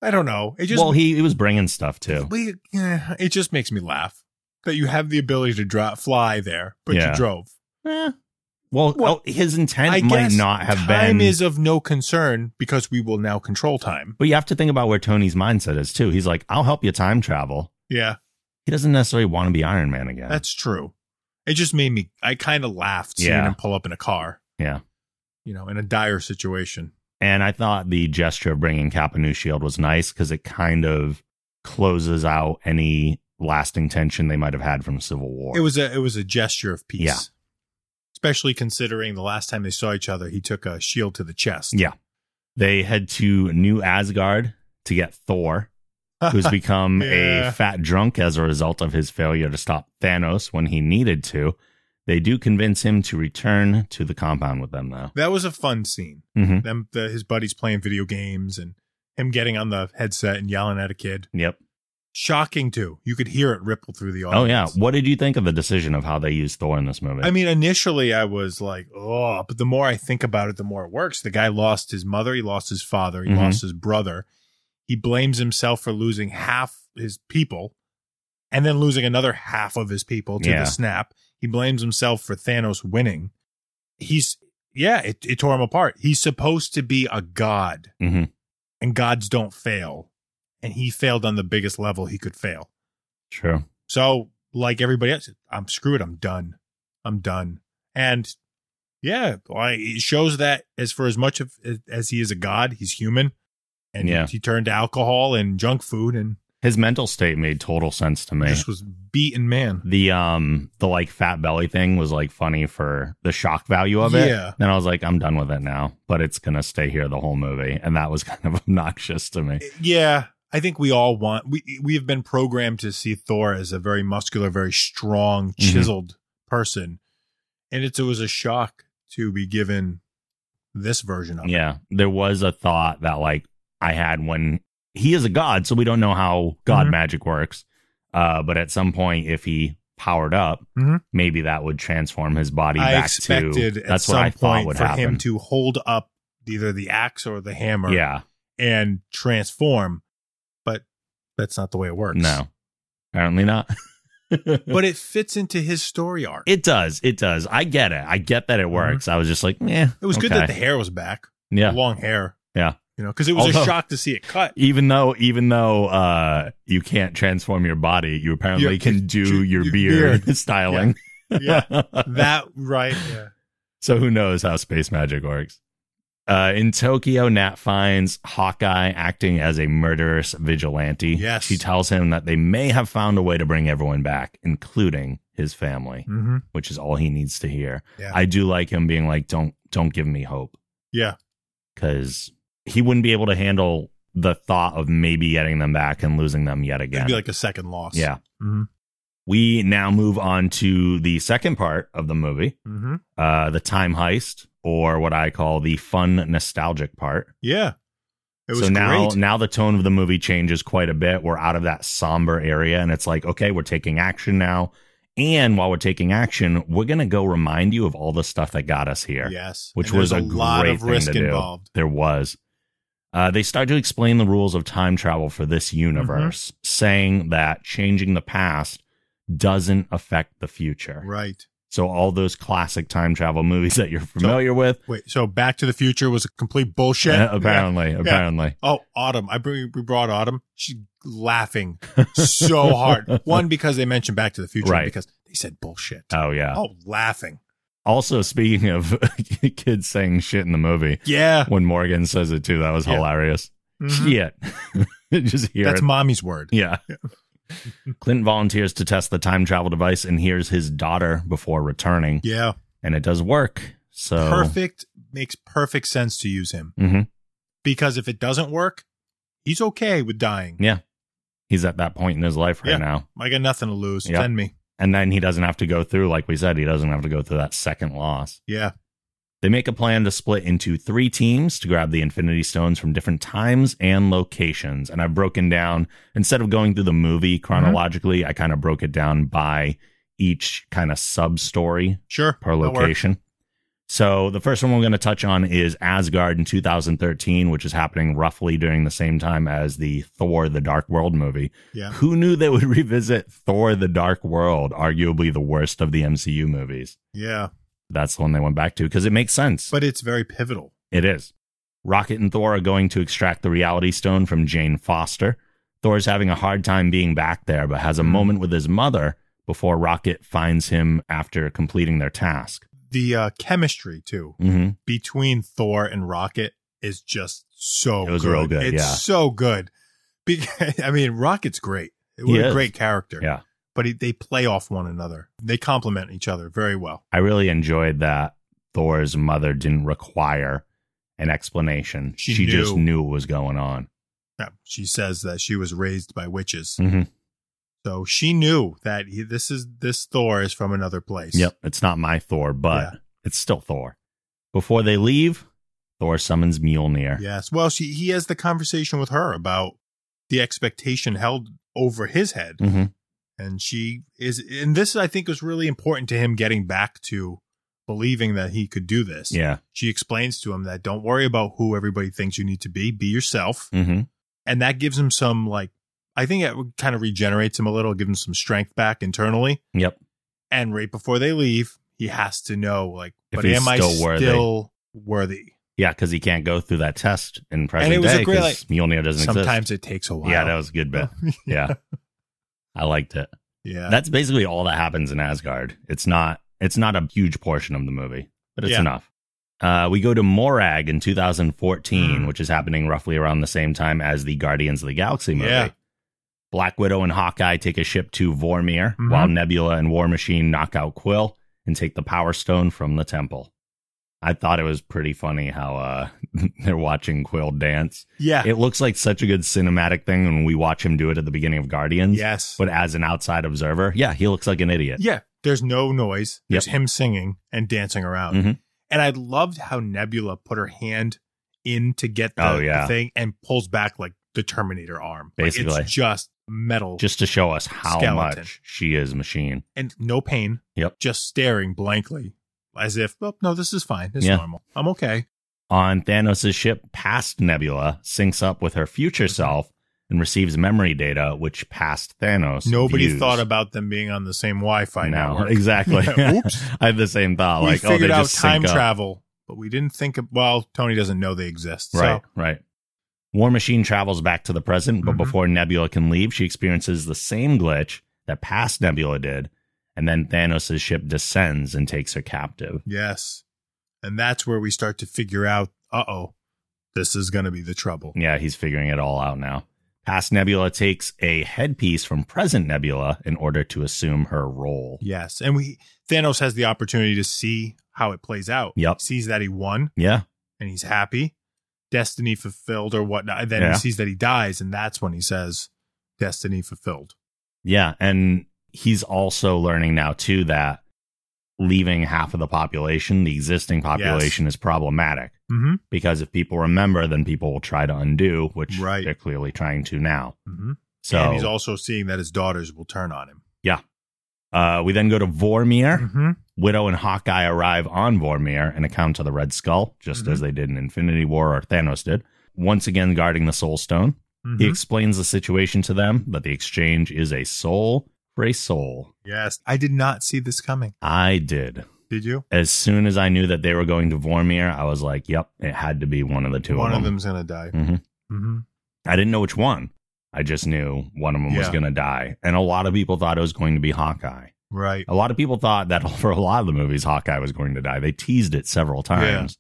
S4: I don't know. It just
S3: well, he, he was bringing stuff too.
S4: we, eh, it just makes me laugh that you have the ability to dri fly there, but
S3: Yeah.
S4: you drove.
S3: Eh. Well,
S4: Well,
S3: oh, his intent
S4: I
S3: might
S4: guess
S3: not have
S4: time
S3: been.
S4: is of no concern because we will now control time.
S3: but you have to think about where Tony's mindset is too. He's like, I'll help you time travel.
S4: Yeah,
S3: He doesn't necessarily want to be Iron Man again.
S4: that's true. It just made me. I kind of laughed seeing
S3: Yeah.
S4: him pull up in a car.
S3: Yeah.
S4: you know, in a dire situation.
S3: And I thought the gesture of bringing Cap a new shield was nice because it kind of closes out any lasting tension they might have had from Civil War.
S4: It was a it was a gesture of peace.
S3: Yeah.
S4: Especially considering the last time they saw each other, he took a shield to the chest.
S3: Yeah. They head to New Asgard to get Thor,
S4: (laughs)
S3: who's become
S4: Yeah.
S3: a fat drunk as a result of his failure to stop Thanos when he needed to. They do convince him to return to the compound with them, though.
S4: that was a fun scene.
S3: Mm-hmm.
S4: Them, the, his buddies playing video games and him getting on the headset and yelling at a kid.
S3: Yep.
S4: Shocking too. You could hear it ripple through the
S3: Oh, yeah.
S4: audience.
S3: What did you think of the decision of how they used Thor in this movie?
S4: I mean, initially I was like, oh, but the more I think about it, the more it works. The guy lost his mother, he lost his father, he
S3: Mhm.
S4: lost his brother. He blames himself for losing half his people and then losing another half of his people to
S3: Yeah.
S4: the snap. He blames himself for Thanos winning. He's, yeah, it, it tore him apart. He's supposed to be a god,
S3: Mhm.
S4: and gods don't fail. And he failed on the biggest level he could fail.
S3: True.
S4: So, like everybody else, I'm screwed. I'm done. I'm done. And yeah, like it shows that as for as much of as he is a god, he's human, and
S3: Yeah.
S4: he turned to alcohol and junk food and
S3: His mental state made total sense to me.
S4: just was beaten man.
S3: the um the like fat belly thing was like funny for the shock value of it.
S4: Yeah.
S3: Then I was like, I'm done with it now, but it's gonna stay here the whole movie, and that was (laughs) kind of obnoxious to me.
S4: Yeah, I think we all want we we have been programmed to see Thor as a very muscular, very strong, chiseled person, and it's, it was a shock to be given this version of it.
S3: Yeah, there was a thought that like I had when he is a god, so we don't know how god
S4: Mhm.
S3: magic works. Uh, but at some point, if he powered up,
S4: Mhm.
S3: maybe that would transform his body
S4: I
S3: back
S4: expected
S3: to.
S4: at
S3: That's
S4: some
S3: what I thought
S4: point
S3: would
S4: for
S3: happen.
S4: him to hold up either the axe or the hammer
S3: yeah,
S4: and transform, but that's not the way it works.
S3: (laughs) no, apparently not.
S4: but it fits into his story arc. It,
S3: It does. It does. I get it. I get that it works. I was just like, yeah.
S4: Mm-hmm. was good that the hair was back,
S3: yeah.
S4: long hair.
S3: Yeah.
S4: you know, because it was
S3: Although-
S4: a shock to see it cut.
S3: (laughs) Even though, even though uh, you can't transform your body, you apparently
S4: Yeah,
S3: can do your,
S4: your
S3: beard, (laughs) styling.
S4: Yeah, that right. Yeah.
S3: (laughs) so who knows how space magic works? Uh, in Tokyo, Nat finds Hawkeye acting as a murderous vigilante.
S4: Yes.
S3: She tells him that they may have found a way to bring everyone back, including his family,
S4: Mm-hmm.
S3: which is all he needs to hear.
S4: Yeah.
S3: I do like him being like, "Don't, don't give me hope."
S4: Yeah.
S3: because he wouldn't be able to handle the thought of maybe getting them back and losing them yet
S4: It'd
S3: again.
S4: be like a second loss.
S3: yeah.
S4: Mm-hmm.
S3: We now move on to the second part of the movie,
S4: Mm-hmm.
S3: uh, the time heist, or what I call the fun nostalgic part.
S4: Yeah. It was
S3: so now,
S4: great.
S3: now the tone of the movie changes quite a bit. We're out of that somber area, and it's like, okay, we're taking action now. And while we're taking action, we're gonna go remind you of all the stuff that got us here
S4: yes,
S3: which
S4: And
S3: was a,
S4: there's lot
S3: great
S4: of
S3: thing
S4: risk
S3: to do.
S4: involved.
S3: There was. Uh, they start to explain the rules of time travel for this universe,
S4: Mm-hmm.
S3: saying that changing the past doesn't affect the future.
S4: Right.
S3: So all those classic time travel movies that you're familiar with,
S4: Wait. So Back to the Future was a complete bullshit.
S3: uh, (laughs) apparently, apparently,
S4: Oh, Autumn. I bring, we brought Autumn. She's
S3: (laughs)
S4: laughing so hard. One, because they mentioned Back to the Future,
S3: Right.
S4: because they said bullshit.
S3: oh yeah.
S4: oh, laughing.
S3: Also, speaking of (laughs) kids saying shit in the movie,
S4: Yeah.
S3: when Morgan says it too, that was
S4: Yeah.
S3: hilarious.
S4: Mhm.
S3: Shit, (laughs) just hear
S4: That's
S3: it.
S4: mommy's word.
S3: Yeah.
S4: (laughs)
S3: Clint volunteers to test the time travel device and hears his daughter before returning,
S4: Yeah.
S3: and it does work. So
S4: Perfect. Makes perfect sense to use him
S3: Mhm.
S4: because if it doesn't work, he's okay with dying.
S3: Yeah. He's at that point in his life right
S4: Yeah.
S3: now.
S4: I got nothing to lose.
S3: Yeah.
S4: Send me.
S3: And then he doesn't have to go through, like we said, he doesn't have to go through that second loss.
S4: Yeah.
S3: They make a plan to split into three teams to grab the Infinity Stones from different times and locations. And I've broken down, instead of going through the
S4: Mm-hmm.
S3: movie chronologically, I kind of broke it down by each kind of sub story
S4: Sure.
S3: per
S4: That'll work.
S3: location. So the first one we're going to touch on is Asgard in 2013, which is happening roughly during the same time as the Thor: The Dark World movie.
S4: Yeah.
S3: Who knew they would (laughs) revisit Thor: The Dark World, arguably the worst of the MCU movies?
S4: Yeah.
S3: That's the one they went back to because it makes sense.
S4: But it's very pivotal.
S3: It is. Rocket and Thor are going to extract the Reality Stone from Jane Foster. Thor is having a hard time being back there, but
S4: Mm-hmm.
S3: has a moment with his mother before Rocket finds him after completing their task.
S4: The uh, chemistry, too,
S3: hmm
S4: between Thor and Rocket is just so
S3: It was
S4: good.
S3: real good,
S4: It's
S3: yeah.
S4: so good. Because, (laughs) I mean, Rocket's great.
S3: He
S4: What a
S3: is.
S4: great character.
S3: Yeah.
S4: But he, they play off one another. They complement each other very well.
S3: I really enjoyed that Thor's mother didn't require an explanation.
S4: She
S3: she just
S4: knew.
S3: knew what was going on.
S4: Yeah. She says that she was raised by witches.
S3: Mm-hmm.
S4: So she knew that he, this is this Thor is from another place.
S3: Yep. It's not my Thor, but it's still Thor. Before they leave, Thor summons Mjolnir.
S4: Yes. Well, she he has the conversation with her about the expectation held over his head,
S3: Mm-hmm.
S4: and she is, and this I think was really important to him getting back to believing that he could do this.
S3: Yeah.
S4: She explains to him that don't worry about who everybody thinks you need to be, be yourself,
S3: Mm-hmm.
S4: and that gives him some like I think it kind of regenerates him a little, gives him some strength back internally.
S3: Yep.
S4: And right before they leave, he has to know like,
S3: If
S4: but
S3: he's
S4: am I
S3: still worthy.
S4: still worthy?
S3: Yeah, because he can't go through that test in present
S4: it was a
S3: day
S4: great,
S3: because
S4: like,
S3: Mjolnir doesn't
S4: Sometimes
S3: exist.
S4: it takes a while.
S3: Yeah, that was a good
S4: (laughs)
S3: bit. Yeah. I liked it.
S4: yeah.
S3: That's basically all that happens in Asgard. It's not it's not a huge portion of the movie, but it's
S4: Yeah.
S3: enough. Uh, we go to Morag in 2014,
S4: Mm.
S3: which is happening roughly around the same time as the Guardians of the Galaxy movie.
S4: Yeah.
S3: Black Widow and Hawkeye take a ship to Vormir,
S4: Mhm.
S3: while Nebula and War Machine knock out Quill and take the Power Stone from the temple. I thought it was pretty funny how uh, (laughs) they're watching Quill dance.
S4: Yeah.
S3: (laughs) It looks like such a good cinematic thing when we watch him do it at the beginning of Guardians.
S4: yes.
S3: But as an outside observer, yeah, he looks like an idiot.
S4: yeah. There's no noise.
S3: Yep.
S4: There's him singing and dancing around.
S3: Mhm.
S4: And I loved how Nebula put her hand in to get the,
S3: Oh, yeah.
S4: the thing and pulls back like the Terminator arm. Like,
S3: Basically.
S4: it's just metal.
S3: Just to show us how
S4: Skeleton.
S3: much she is machine.
S4: and no pain.
S3: Yep.
S4: Just staring blankly as if, well, no, this is fine. It's
S3: Yeah.
S4: normal. I'm okay.
S3: On Thanos' ship past Nebula, syncs up with her
S4: Mm-hmm.
S3: future self and receives memory data, which past Thanos.
S4: Nobody
S3: views.
S4: thought about them being on the same Wi Fi
S3: No, (laughs)
S4: network. (laughs)
S3: Exactly.
S4: Oops.
S3: (laughs) I had the same thought.
S4: we
S3: like, oh, they
S4: figured out
S3: just sync
S4: time
S3: up.
S4: travel, but we didn't think of, well, Tony doesn't know they exist.
S3: Right,
S4: So
S3: right. War Machine travels back to the present, but
S4: Mhm.
S3: before Nebula can leave, she experiences the same glitch that past Nebula did, and then Thanos' ship descends and takes her captive.
S4: Yes. And that's where we start to figure out, uh oh, this is going to be the trouble.
S3: Yeah, he's figuring it all out now. Past Nebula takes a headpiece from present Nebula in order to assume her role.
S4: Yes. And we, Thanos has the opportunity to see how it plays out.
S3: Yep.
S4: Sees that he won
S3: Yeah,
S4: and he's happy, destiny fulfilled or whatnot. And then
S3: Yeah.
S4: he sees that he dies. And that's when he says, destiny fulfilled.
S3: yeah. And he's also learning now, too, that leaving half of the population, the existing population, is problematic.
S4: Mm
S3: because if people remember, then people will try to undo, which
S4: Right.
S3: they're clearly trying to now.
S4: hmm. Mm hmm.
S3: So
S4: and he's also seeing that his daughters will turn
S3: (clears throat)
S4: on him.
S3: uh, we then go to Vormir.
S4: Mm-hmm.
S3: Widow and Hawkeye arrive on Vormir and account to the Red Skull, just
S4: Mhm.
S3: as they did in Infinity War or Thanos did. Once again, guarding the Soul Stone,
S4: Mm-hmm.
S3: he explains the situation to them that the exchange is a soul for a soul.
S4: Yes. I did not see this coming.
S3: I did.
S4: Did you?
S3: As soon as I knew that they were going to Vormir, I was like, "Yep, it had to be one of the two
S4: One
S3: of
S4: of
S3: them."
S4: them's going to die.
S3: Mhm.
S4: hmm.
S3: I didn't know which one. I just knew one of them was
S4: Yeah.
S3: going to die. And a lot of people thought it was going to be Hawkeye.
S4: Right.
S3: A lot of people thought that (laughs) for a lot of the movies, Hawkeye was going to die. They teased it several times.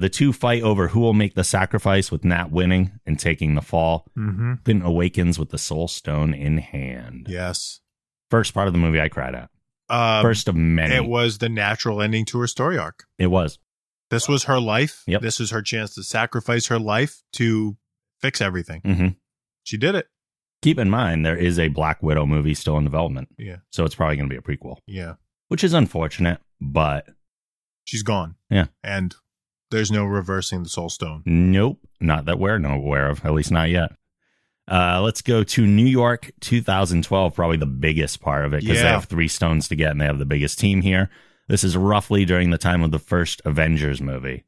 S3: The two fight over who will make the sacrifice with Nat winning and taking the fall.
S4: Mm hmm.
S3: Then awakens with the Soul Stone in hand.
S4: Yes.
S3: First part of the movie I cried at.
S4: Um,
S3: First of many.
S4: It was the natural ending to her story arc.
S3: It was.
S4: This was her life.
S3: Yep.
S4: This is her chance to sacrifice her life to fix everything.
S3: hmm
S4: She did it.
S3: Keep in mind, there is a Black Widow movie still in development,
S4: Yeah.
S3: so it's probably going to be a prequel,
S4: Yeah.
S3: which is unfortunate, but
S4: She's gone.
S3: Yeah.
S4: And there's no reversing the soul stone.
S3: Nope, not that we're not aware of, at least not yet. Uh, let's go to New York 2012, probably the biggest part of it because they
S4: Yeah.
S3: have three stones to get and they have the biggest team here. This is roughly during the time of the first Avengers movie.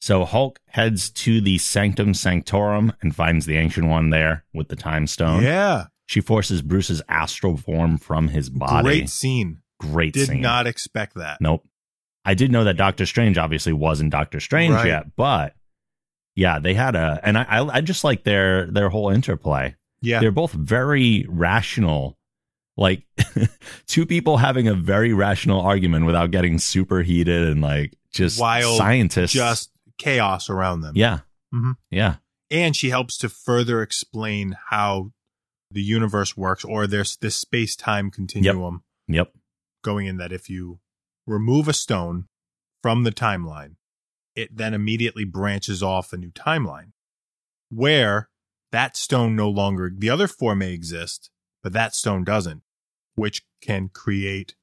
S3: So Hulk heads to the Sanctum Sanctorum and finds the Ancient One there with the Time Stone.
S4: Yeah.
S3: She forces Bruce's astral form from his body.
S4: Great scene.
S3: Great
S4: Did
S3: scene.
S4: not expect that.
S3: Nope. I did know that Doctor Strange obviously wasn't Doctor Strange
S4: Right.
S3: yet, but yeah, they had a, and I, I, I just like their their whole interplay.
S4: Yeah.
S3: They're both very rational, like (laughs) two people having a very rational argument without getting super heated and like just
S4: Wild,
S3: scientists.
S4: Just chaos around them.
S3: yeah,
S4: Mhm.
S3: yeah,
S4: And she helps to further explain how the universe works or there's this space time continuum
S3: yep,
S4: going in that if you remove a stone from the timeline, it then immediately branches off a new timeline where that stone no longer, the other four may exist, but that stone doesn't, which can create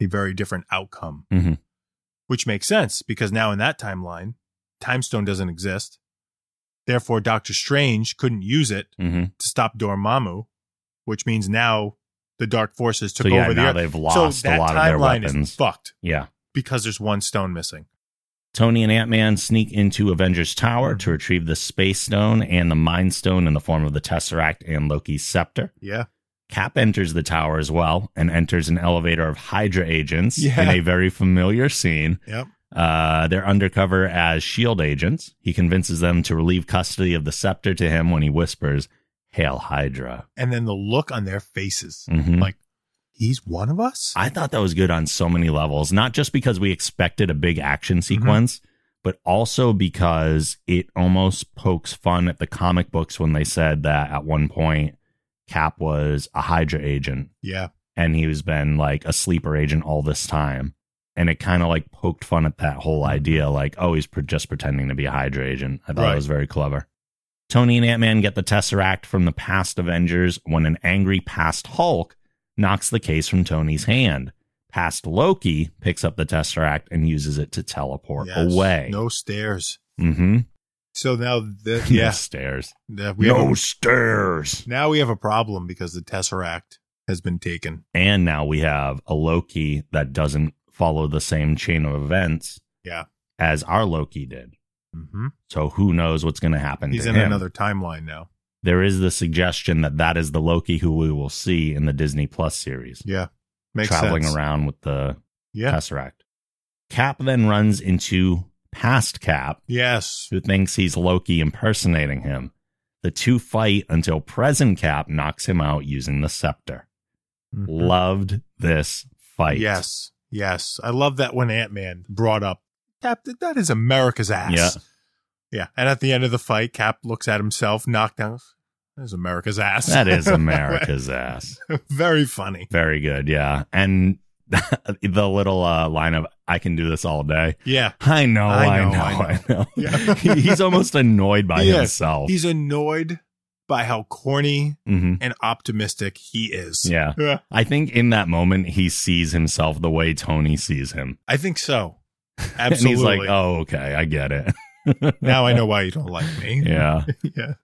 S4: a very different outcome.
S3: Mhm.
S4: Which makes sense because now in that timeline, Time Stone doesn't exist. Therefore, Doctor Strange couldn't use it
S3: hmm
S4: to stop Dormammu, which means now the dark forces took
S3: So, yeah,
S4: over the
S3: now
S4: Earth.
S3: they've lost a
S4: so that
S3: lot of their
S4: timeline
S3: weapons.
S4: Is fucked
S3: yeah.
S4: because there's one stone missing.
S3: Tony and Ant Man sneak into Avengers Tower to retrieve the Space Stone and the Mind Stone in the form of the Tesseract and Loki's scepter.
S4: Yeah,
S3: Cap enters the tower as well and enters an elevator of Hydra agents
S4: Yeah.
S3: in a very familiar scene.
S4: yep.
S3: Uh, they're undercover as S.H.I.E.L.D. E agents. He convinces them to relieve custody of the scepter to him when he whispers, Hail Hydra.
S4: And then the look on their faces,
S3: Mhm.
S4: like he's one of us.
S3: I thought that was good on so many levels, not just because we expected a big action sequence, but also because it almost pokes fun at the comic books when they said that at one point Cap was a Hydra agent
S4: yeah,
S3: and he's been like a sleeper agent all this time. And it kind of like poked fun at that whole
S4: Mm-hmm.
S3: idea, like, oh, he's pre- just pretending to be a Hydra agent. I thought
S4: Right.
S3: that was very clever. Tony and Ant Man get the Tesseract from the past Avengers when an angry past Hulk knocks the case from Tony's hand. Past Loki picks up the Tesseract and uses it to teleport
S4: Yes.
S3: away.
S4: No stairs.
S3: Mm-hmm. (laughs)
S4: So now, the,
S3: No
S4: yeah,
S3: stairs.
S4: the- we
S3: no
S4: have a,
S3: stairs.
S4: now we have a problem because the tesseract has been taken.
S3: and now we have a Loki that doesn't follow the same chain of events
S4: Yeah.
S3: as our Loki did.
S4: Mm-hmm.
S3: So who knows what's going to happen
S4: He's
S3: to
S4: in
S3: him.
S4: another timeline now.
S3: there is the suggestion that that is the Loki who we will see in the Disney Plus series
S4: Yeah, makes
S3: traveling
S4: sense.
S3: around with the
S4: Yeah.
S3: Tesseract. Cap then runs into past Cap
S4: Yes.
S3: who thinks he's Loki impersonating him. The two fight until present Cap knocks him out using the scepter.
S4: Mhm.
S3: Loved this fight.
S4: Yes. Yes. I love that when Ant Man brought up Cap, that- that is America's ass.
S3: Yeah.
S4: Yeah. And at the end of the fight, Cap looks at himself, knocked down. That is America's ass.
S3: That is America's ass.
S4: (laughs) Very funny.
S3: Very good, yeah. And (laughs) the little uh, line of "I can do this all day."
S4: Yeah.
S3: I know, I
S4: I
S3: know,
S4: know,
S3: (laughs) I know.
S4: (laughs) Yeah.
S3: He- He's almost annoyed by
S4: He is.
S3: himself.
S4: He's annoyed by how corny
S3: hmm
S4: and optimistic he is.
S3: Yeah, I think in that moment he sees himself the way Tony sees him,
S4: (laughs) I think so.
S3: (laughs) and
S4: Absolutely.
S3: he's like, "Oh, okay, I get it." (laughs)
S4: Now I know why you don't like me.
S3: yeah.
S4: (laughs) yeah.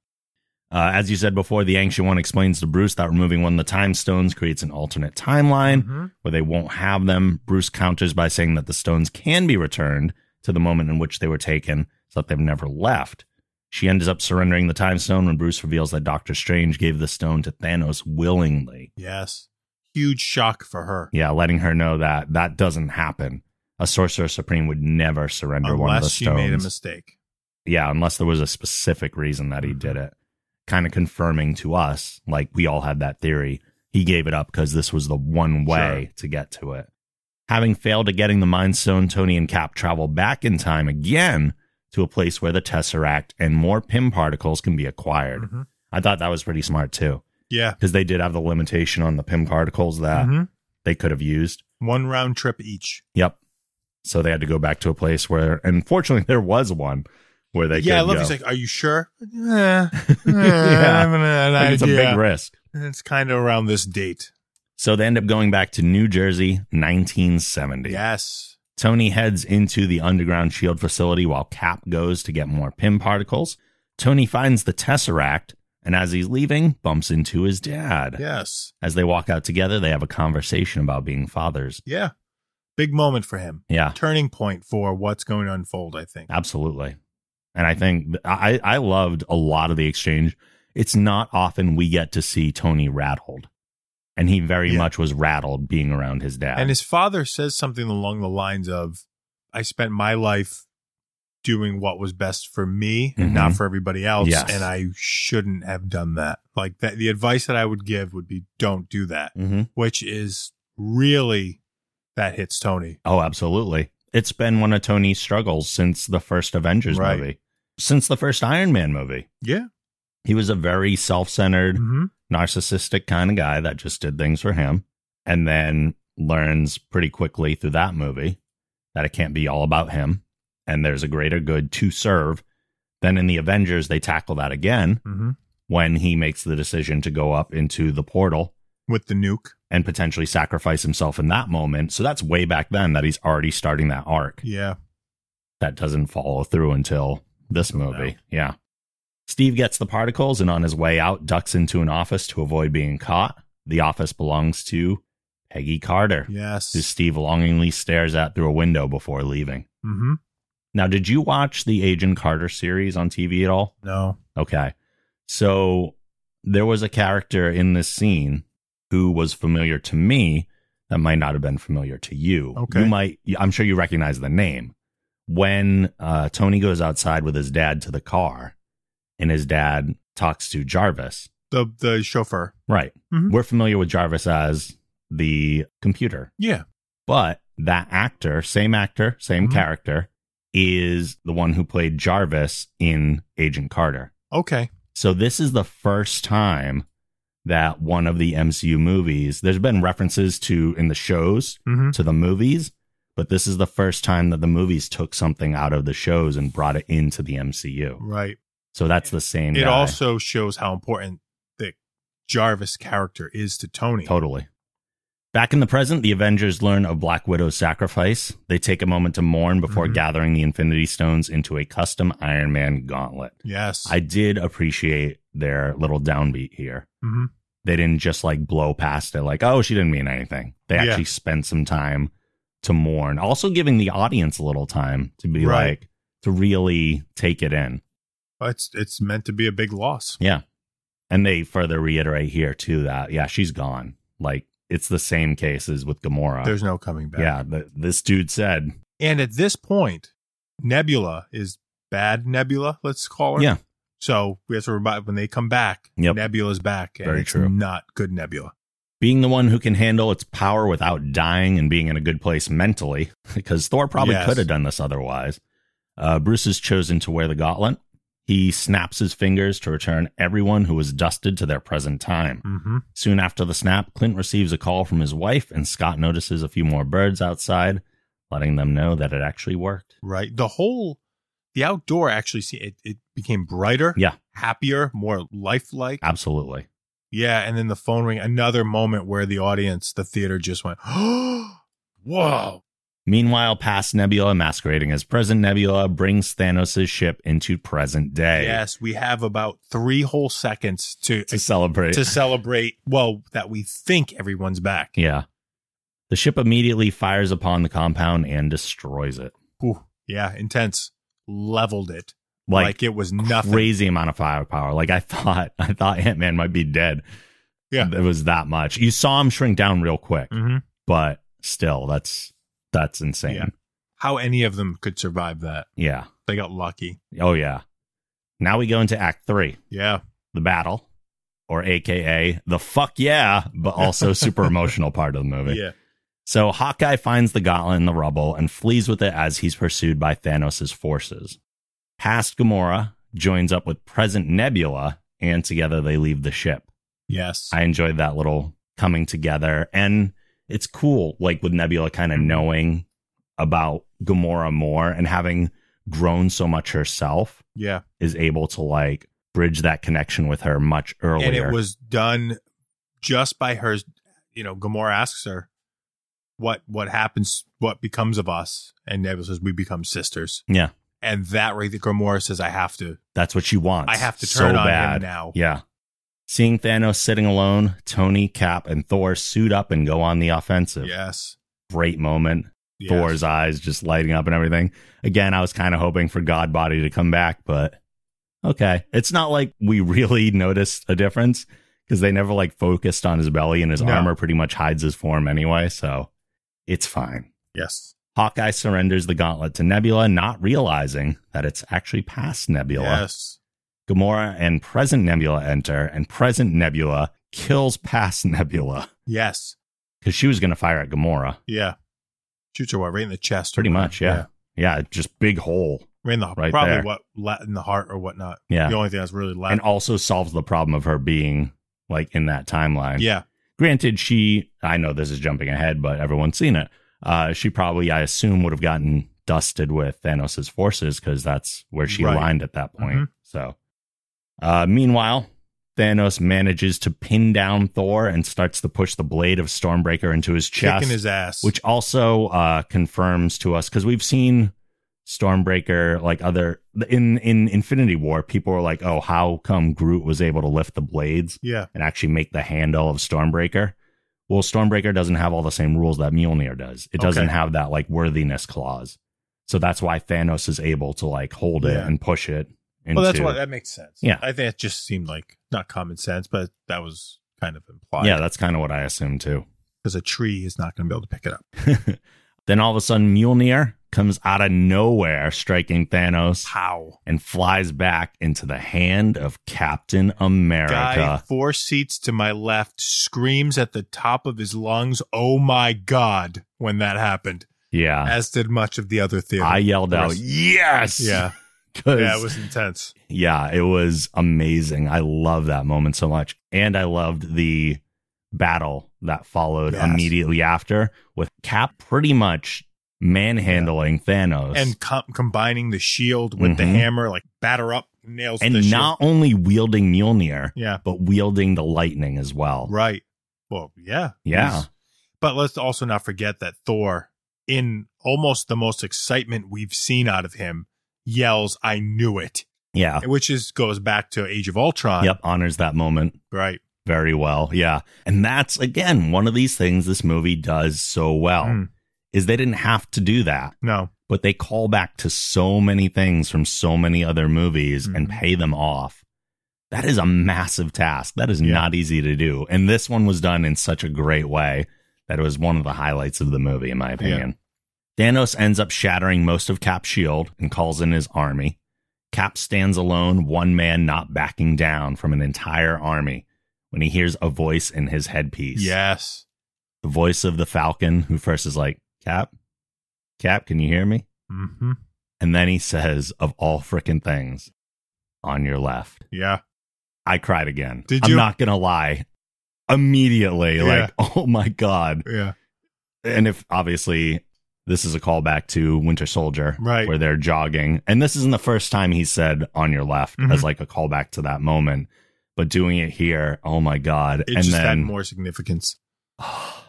S3: Uh, as you said before, the Ancient One explains to Bruce that removing one of the Time Stones creates an alternate timeline.
S4: Mhm.
S3: where they won't have them. Bruce counters by saying that the stones can be returned to the moment in which they were taken, so that they've never left. She ends up surrendering the time stone when Bruce reveals that Doctor Strange gave the stone to Thanos willingly.
S4: Yes. Huge shock for her.
S3: Yeah, letting her know that that doesn't happen. A Sorcerer Supreme would never surrender one of the
S4: Unless she
S3: stones.
S4: made a mistake.
S3: yeah, unless there was a specific reason that he did
S4: Mm-hmm.
S3: it. Kind of confirming to us, like we all had that theory. He gave it up because this was the one way to get to it. Having failed at getting the Mind Stone, Tony and Cap travel back in time again to a place where the Tesseract and more Pym particles can be acquired.
S4: Mhm.
S3: I thought that was pretty smart too,
S4: Yeah.
S3: because they did have the limitation on the Pym particles that
S4: Mhm.
S3: they could have used.
S4: One round trip each.
S3: Yep. So they had to go back to a place where, and fortunately, there was one where they
S4: yeah,
S3: could
S4: I love.
S3: go.
S4: He's like, "Are you sure?" Yeah,
S3: (laughs) Yeah.
S4: I have an, an
S3: Like, it's a
S4: idea.
S3: big risk.
S4: And it's kind of around this date.
S3: So they end up going back to New Jersey, 1970.
S4: Yes.
S3: Tony heads into the underground shield facility while Cap goes to get more PIM particles. Tony finds the Tesseract, and as he's leaving, bumps into his dad.
S4: Yes.
S3: As they walk out together, they have a conversation about being fathers.
S4: Yeah. Big moment for him.
S3: Yeah. Oh,
S4: Turning point for what's going to unfold, I think.
S3: Absolutely. And I think I, I loved a lot of the exchange. It's not often we get to see Tony rattled. And he very
S4: Yeah.
S3: much was rattled being around his dad.
S4: And his father says something along the lines of, I spent my life doing what was best for me and
S3: Mhm.
S4: not for everybody else.
S3: Yes.
S4: And I shouldn't have done that. Like that, the advice that I would give would be don't do that,
S3: Mhm.
S4: which is really that hits Tony.
S3: Oh, absolutely. It's been one of Tony's struggles since the first Avengers
S4: Right.
S3: movie, since the first Iron Man movie.
S4: Yeah.
S3: He was a very self centered,
S4: Mm-hmm.
S3: narcissistic kind of guy that just did things for him and then learns pretty quickly through that movie that it can't be all about him and there's a greater good to serve. Then in the Avengers, they tackle that again
S4: Mm-hmm.
S3: when he makes the decision to go up into the portal
S4: With the nuke.
S3: and potentially sacrifice himself in that moment. So that's way back then that he's already starting that arc
S4: Yeah.
S3: that doesn't follow through until this movie. Yeah. Steve gets the particles and on his way out ducks into an office to avoid being caught. The office belongs to Peggy Carter, who
S4: Yes.
S3: Steve longingly stares at through a window before leaving.
S4: Mm-hmm.
S3: Now, did you watch the Agent Carter series on TV at all?
S4: No.
S3: Okay. So there was a character in this scene who was familiar to me that might not have been familiar to you.
S4: Okay.
S3: You might, I'm sure you recognize the name. When uh, Tony goes outside with his dad to the car and his dad talks to Jarvis.
S4: The, the chauffeur.
S3: Right.
S4: Mhm.
S3: We're familiar with Jarvis as the computer,
S4: Yeah.
S3: but that actor, same actor, same
S4: Mhm.
S3: character, is the one who played Jarvis in Agent Carter.
S4: Okay.
S3: So this is the first time that one of the MCU movies, there's been references to in the shows
S4: Mm-hmm.
S3: to the movies, but this is the first time that the movies took something out of the shows and brought it into the MCU.
S4: Right.
S3: So that's the same
S4: It
S3: guy.
S4: also shows how important the Jarvis character is to Tony.
S3: Totally. Back in the present, the Avengers learn of Black Widow's sacrifice. They take a moment to mourn before
S4: Mhm.
S3: gathering the Infinity Stones into a custom Iron Man gauntlet.
S4: Yes.
S3: I did appreciate their little downbeat here.
S4: Mhm.
S3: They didn't just like blow past it, like, oh, she didn't mean anything. They
S4: Yeah.
S3: actually spent some time to mourn, also giving the audience a little time to be
S4: Right.
S3: like, to really take it in.
S4: It's it's meant to be a big loss.
S3: Yeah. And they further reiterate here, too, that, yeah, she's gone. Like, it's the same cases with Gamora.
S4: There's no coming back.
S3: yeah. th- this dude said,
S4: And at this point, Nebula is bad Nebula, let's call her.
S3: Yeah.
S4: So we have to remind when they come back,
S3: Yep.
S4: Nebula's back. And
S3: Very
S4: it's
S3: true.
S4: Not good Nebula.
S3: being the one who can handle its power without dying and being in a good place mentally, (laughs) because Thor probably
S4: Yes.
S3: could have done this otherwise. Uh, Bruce is chosen to wear the gauntlet. He snaps his fingers to return everyone who was dusted to their present time.
S4: Mm-hmm.
S3: Soon after the snap, Clint receives a call from his wife, and Scott notices a few more birds outside, letting them know that it actually worked.
S4: Right. The whole the outdoor actually see it, it became brighter,
S3: Yeah.
S4: happier, more lifelike.
S3: Absolutely.
S4: Yeah, and then the phone ring. Another moment where the audience, the theater, just went, "Oh, "Whoa!"
S3: Meanwhile, past Nebula, masquerading as present Nebula, brings Thanos' ship into present day
S4: Yes, we have about three whole seconds to
S3: to celebrate.
S4: to celebrate. Well, that we think everyone's back.
S3: Yeah. The ship immediately fires upon the compound and destroys it.
S4: Whew. Yeah, intense. Leveled it like,
S3: Like,
S4: it was nothing.
S3: crazy amount of firepower. Like I (laughs) thought I thought Ant Man might be dead.
S4: Yeah.
S3: It was that much. You saw him shrink down real quick,
S4: Mhm.
S3: but still that's that's insane.
S4: Yeah. How any of them could survive that?
S3: Yeah.
S4: They got lucky.
S3: Oh yeah. Now we go into act three,
S4: Yeah,
S3: the battle. Or AKA the fuck yeah, but
S4: (laughs)
S3: also super emotional part of the movie.
S4: yeah.
S3: So Hawkeye finds the gauntlet in the rubble and flees with it as he's pursued by Thanos' forces. Past Gamora joins up with present Nebula, and together they leave the ship.
S4: Yes.
S3: I enjoyed that little coming together, and it's cool, like with Nebula kind of knowing about Gamora more and having grown so much herself,
S4: yeah.
S3: is able to like bridge that connection with her much earlier.
S4: And it was done just by her, you know, Gamora asks her what what happens, what becomes of us, and Nebula says we become sisters,
S3: Yeah.
S4: and that right, that Gamora says I have to,
S3: That's what she wants.
S4: I have to
S3: so
S4: turn on
S3: bad.
S4: him now.
S3: Yeah. Seeing Thanos sitting alone, Tony, Cap, and Thor suit up and go on the offensive.
S4: Yes,
S3: Great moment.
S4: yes.
S3: Thor's eyes just lighting up and everything. Again, I was kind of hoping for God Body to come back, but okay. It's not like we (laughs) really noticed a difference because they never like focused on his belly and his
S4: No.
S3: armor pretty much hides his form anyway. So it's fine.
S4: yes,
S3: Hawkeye surrenders the gauntlet to Nebula, not realizing that it's actually past Nebula.
S4: yes,
S3: Gamora and present Nebula enter, and present Nebula kills past (laughs) Nebula
S4: yes,
S3: because she was going to fire at Gamora.
S4: yeah. Shoots her what right in the chest, or
S3: Pretty
S4: whatever.
S3: much, yeah. yeah. just big hole.
S4: right in the
S3: Right
S4: probably
S3: there.
S4: what la- in the heart or whatnot.
S3: Yeah.
S4: The only thing that's really left.
S3: and also solves the problem of her being like in that timeline.
S4: yeah,
S3: Granted, she, I know this is jumping ahead, but everyone's seen it. Uh, she probably, I assume, would have gotten dusted with Thanos' forces because that's where she
S4: Right.
S3: aligned at that point.
S4: Mhm.
S3: So, uh, meanwhile, Thanos manages to pin down Thor and starts to push the blade of Stormbreaker into his chest,
S4: kicking his ass.
S3: which also uh, confirms to us because we've seen Stormbreaker like other in in Infinity War. People were like, "Oh, how come Groot was able to lift the blades?"
S4: yeah,
S3: and actually make the handle of Stormbreaker. Well, Stormbreaker doesn't have all the same rules that Mjolnir does. It doesn't
S4: Okay.
S3: have that like worthiness clause. So that's why Thanos is able to like hold it
S4: Yeah.
S3: and push it into
S4: well, that's why that makes sense.
S3: Yeah.
S4: I think it just seemed like not common sense, but that was kind of implied.
S3: Yeah, that's kind of what I assume too.
S4: because a tree is not going to be able to pick it up.
S3: then all of a sudden Mjolnir comes out of nowhere striking Thanos
S4: How?
S3: and flies back into the hand of Captain America.
S4: Guy four seats to my left screams at the top of his lungs, "Oh my god!" When that happened,
S3: yeah.
S4: as did much of the other theater.
S3: I yelled out,
S4: Yeah,
S3: "Yes!"
S4: yeah,
S3: (laughs) 'Cause
S4: that was intense.
S3: Yeah, it was amazing. I love that moment so much. And I loved the battle that followed
S4: Yes.
S3: immediately after with Cap pretty much manhandling Thanos.
S4: And com- combining the shield with the
S3: Mhm.
S4: hammer, like batter up, nails
S3: And
S4: the shield.
S3: not only wielding Mjolnir,
S4: Yeah,
S3: but wielding the lightning as well.
S4: right. Well, yeah,
S3: Yeah.
S4: He's- But let's also not forget that Thor, in almost the most excitement we've seen out of him, yells, "I knew it,"
S3: Yeah.
S4: which is goes back to Age of Ultron.
S3: Ah. Yep, honors that moment
S4: Right.
S3: very well. Yeah. And that's again one of these things this movie does so well
S4: Mm.
S3: is they didn't have to do that.
S4: No.
S3: but they call back to so many things from so many other movies and
S4: Mhm.
S3: pay them off. That is a massive task. That is
S4: Yeah.
S3: not easy to do. And this one was done in such a great way that it was one of the highlights of the movie, in my opinion. Thanos ends up shattering most of Cap's shield and calls in his army. Cap stands alone, one man not backing down from an entire army when he hears a voice in his headpiece
S4: Yes.
S3: the voice of the Falcon, who first is like, Cap, Cap, can you hear me?
S4: Mm-hmm.
S3: And then he says, of all frickin' things, on your left.
S4: Yeah.
S3: I cried again.
S4: Did
S3: I'm
S4: you?
S3: not going to lie. Immediately,
S4: Yeah.
S3: like, (laughs) oh my God.
S4: Yeah.
S3: And if obviously this is a callback to Winter Soldier,
S4: Right.
S3: where they're jogging. And this isn't the first time he said on your left
S4: Mhm.
S3: as like a callback to that moment, but doing it here, oh my God.
S4: It
S3: and
S4: just had
S3: then (sighs)
S4: more significance.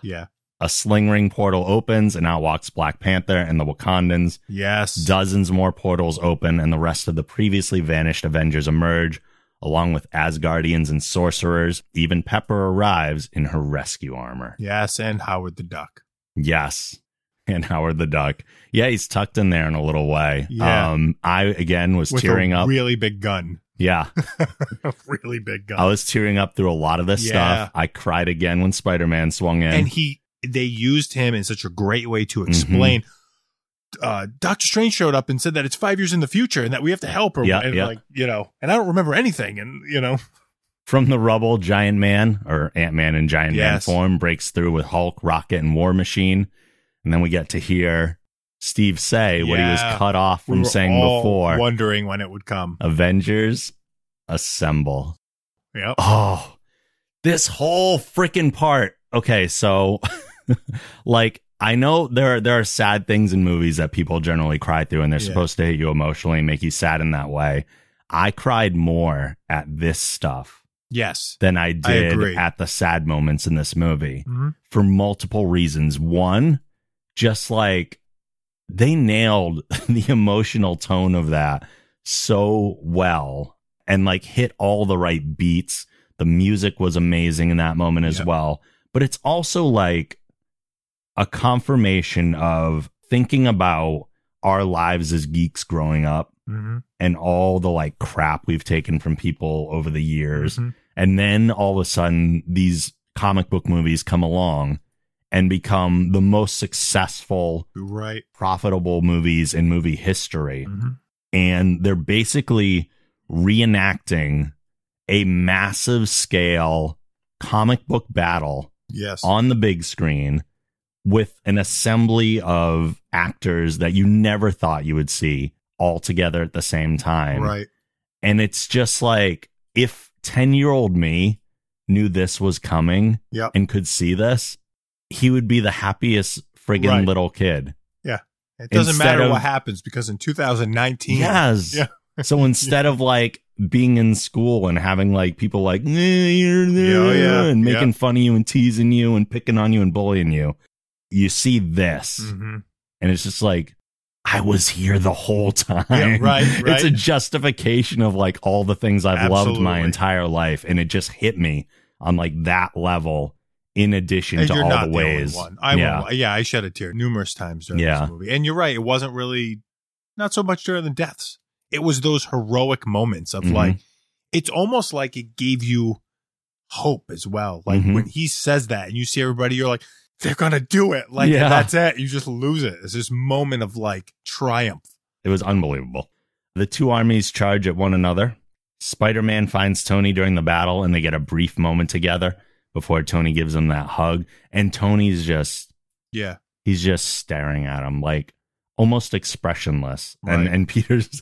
S4: Yeah.
S3: a sling ring portal opens and out walks Black Panther and the Wakandans.
S4: Yes.
S3: Dozens more portals open, and the rest of the previously vanished Avengers emerge, along with Asgardians and sorcerers. Even Pepper arrives in her rescue armor.
S4: Yes. And Howard the Duck.
S3: Yes. (laughs) And Howard the Duck. Yeah, he's tucked in there in a little way.
S4: Yeah.
S3: Um, I, again, was
S4: With
S3: tearing
S4: a
S3: up.
S4: really big gun. (laughs)
S3: yeah.
S4: a really big gun.
S3: I was tearing up through a lot of this
S4: Yeah.
S3: stuff. I cried again when Spider Man Mm-hmm. swung in.
S4: and he they used him in such a great way to explain uh Doctor Strange showed up and said that it's five years in the future and that we have to help her
S3: Yeah,
S4: and
S3: yeah.
S4: like you know and I don't remember anything and you know
S3: From the rubble, Giant Man or Ant Man in Giant Man
S4: Yes.
S3: form breaks through with Hulk, Rocket, and War Machine, and then we get to hear Steve say what he was
S4: Yeah.
S3: cut off
S4: we
S3: from
S4: were
S3: saying
S4: all
S3: before:
S4: wondering when it would come
S3: "Avengers, assemble."
S4: yeah
S3: Oh, this whole freaking part. Okay, so (laughs) like I know there are, there are sad things in movies that people generally cry through, and they're
S4: Yeah.
S3: supposed to hit you emotionally and make you sad in that way. I cried more at this stuff
S4: Yes.
S3: than I did
S4: agree. Mm-hmm.
S3: at the sad moments in this movie for multiple reasons. One, just like they nailed (laughs) the emotional tone of that so well and like hit all the right beats. The music was amazing in that moment as
S4: Yeah.
S3: well. But it's also like a confirmation of thinking about our lives as geeks growing up
S4: Mm-hmm.
S3: and all the like crap we've taken from people over the years.
S4: Mhm.
S3: And then all of a sudden, these comic book movies come along and become the most successful,
S4: Right.
S3: profitable movies in movie history.
S4: Mm-hmm.
S3: And they're basically reenacting a massive scale comic book battle
S4: Yes.
S3: on the big screen with an assembly of actors that you never thought you would see all together at the same time.
S4: right.
S3: And it's just like if 10 year old me knew this was coming
S4: Yep.
S3: and could see this, he would be the happiest friggin'
S4: Right.
S3: little kid.
S4: (laughs) It doesn't
S3: Instead
S4: matter
S3: of-
S4: what happens because in 2019.
S3: Yes.
S4: Yeah.
S3: so instead of like being in school and having like people like "Nah, you're
S4: Yeah, oh, yeah,
S3: and
S4: yeah.
S3: making fun of you and teasing you and picking on you and bullying you, you see this.
S4: Mhm.
S3: And it's just like, I was here the whole time.
S4: Yeah, right,
S3: (laughs) It's a
S4: right.
S3: justification of like all the things I've loved my
S4: Absolutely.
S3: entire life. And it just hit me on like that level, in addition
S4: And
S3: to
S4: you're
S3: all
S4: not
S3: the
S4: the only
S3: ways.
S4: one. I
S3: yeah.
S4: will- yeah, I shed a tear numerous times during
S3: Yeah.
S4: this movie. And you're right, it wasn't really not so much during the deaths. It was those heroic moments of
S3: Mhm.
S4: like it's almost like it gave you hope as well. Like
S3: Mhm.
S4: when he says that and you see everybody, you're like, they're gonna do it. Like
S3: Yeah.
S4: that's it. You just lose it. It's this moment of like triumph.
S3: It was unbelievable. The two armies charge at one another. Spider Man finds Tony during the battle and they get a brief moment together before Tony gives him that hug. And Tony's just
S4: Yeah.
S3: he's just staring at him like almost expressionless and
S4: Right.
S3: and (laughs) peter's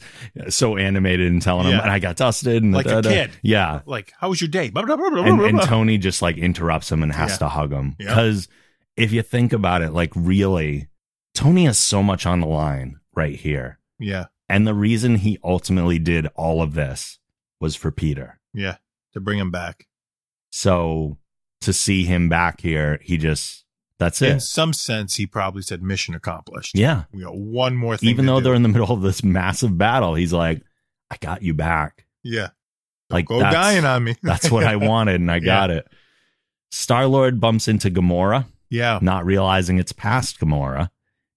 S3: so animated and telling him
S4: Yeah.
S3: and i got dusted and
S4: Like a
S3: da-da-da."
S4: kid. (laughs)
S3: yeah
S4: Like, how was your day? Blah, blah, blah, blah,
S3: and,
S4: blah,
S3: and
S4: blah.
S3: tony just like interrupts him and has
S4: Yeah.
S3: to hug him
S4: Yeah.
S3: because if you think about it like really tony has so much on the line right here
S4: yeah.
S3: and the reason he ultimately did all of this was for peter
S4: Yeah. To bring him back.
S3: so to see him back here he just that's it
S4: In some sense, he probably said mission accomplished.
S3: yeah
S4: We got one more thing.
S3: even
S4: to
S3: though
S4: do.
S3: they're in the middle of this massive battle, he's like, I got you back.
S4: Yeah.
S3: Like
S4: Go
S3: that's,
S4: dying on me.
S3: (laughs) that's what I wanted, and I got it. Star Lord bumps into Gamora,
S4: (laughs) yeah.
S3: not realizing it's past Gamora.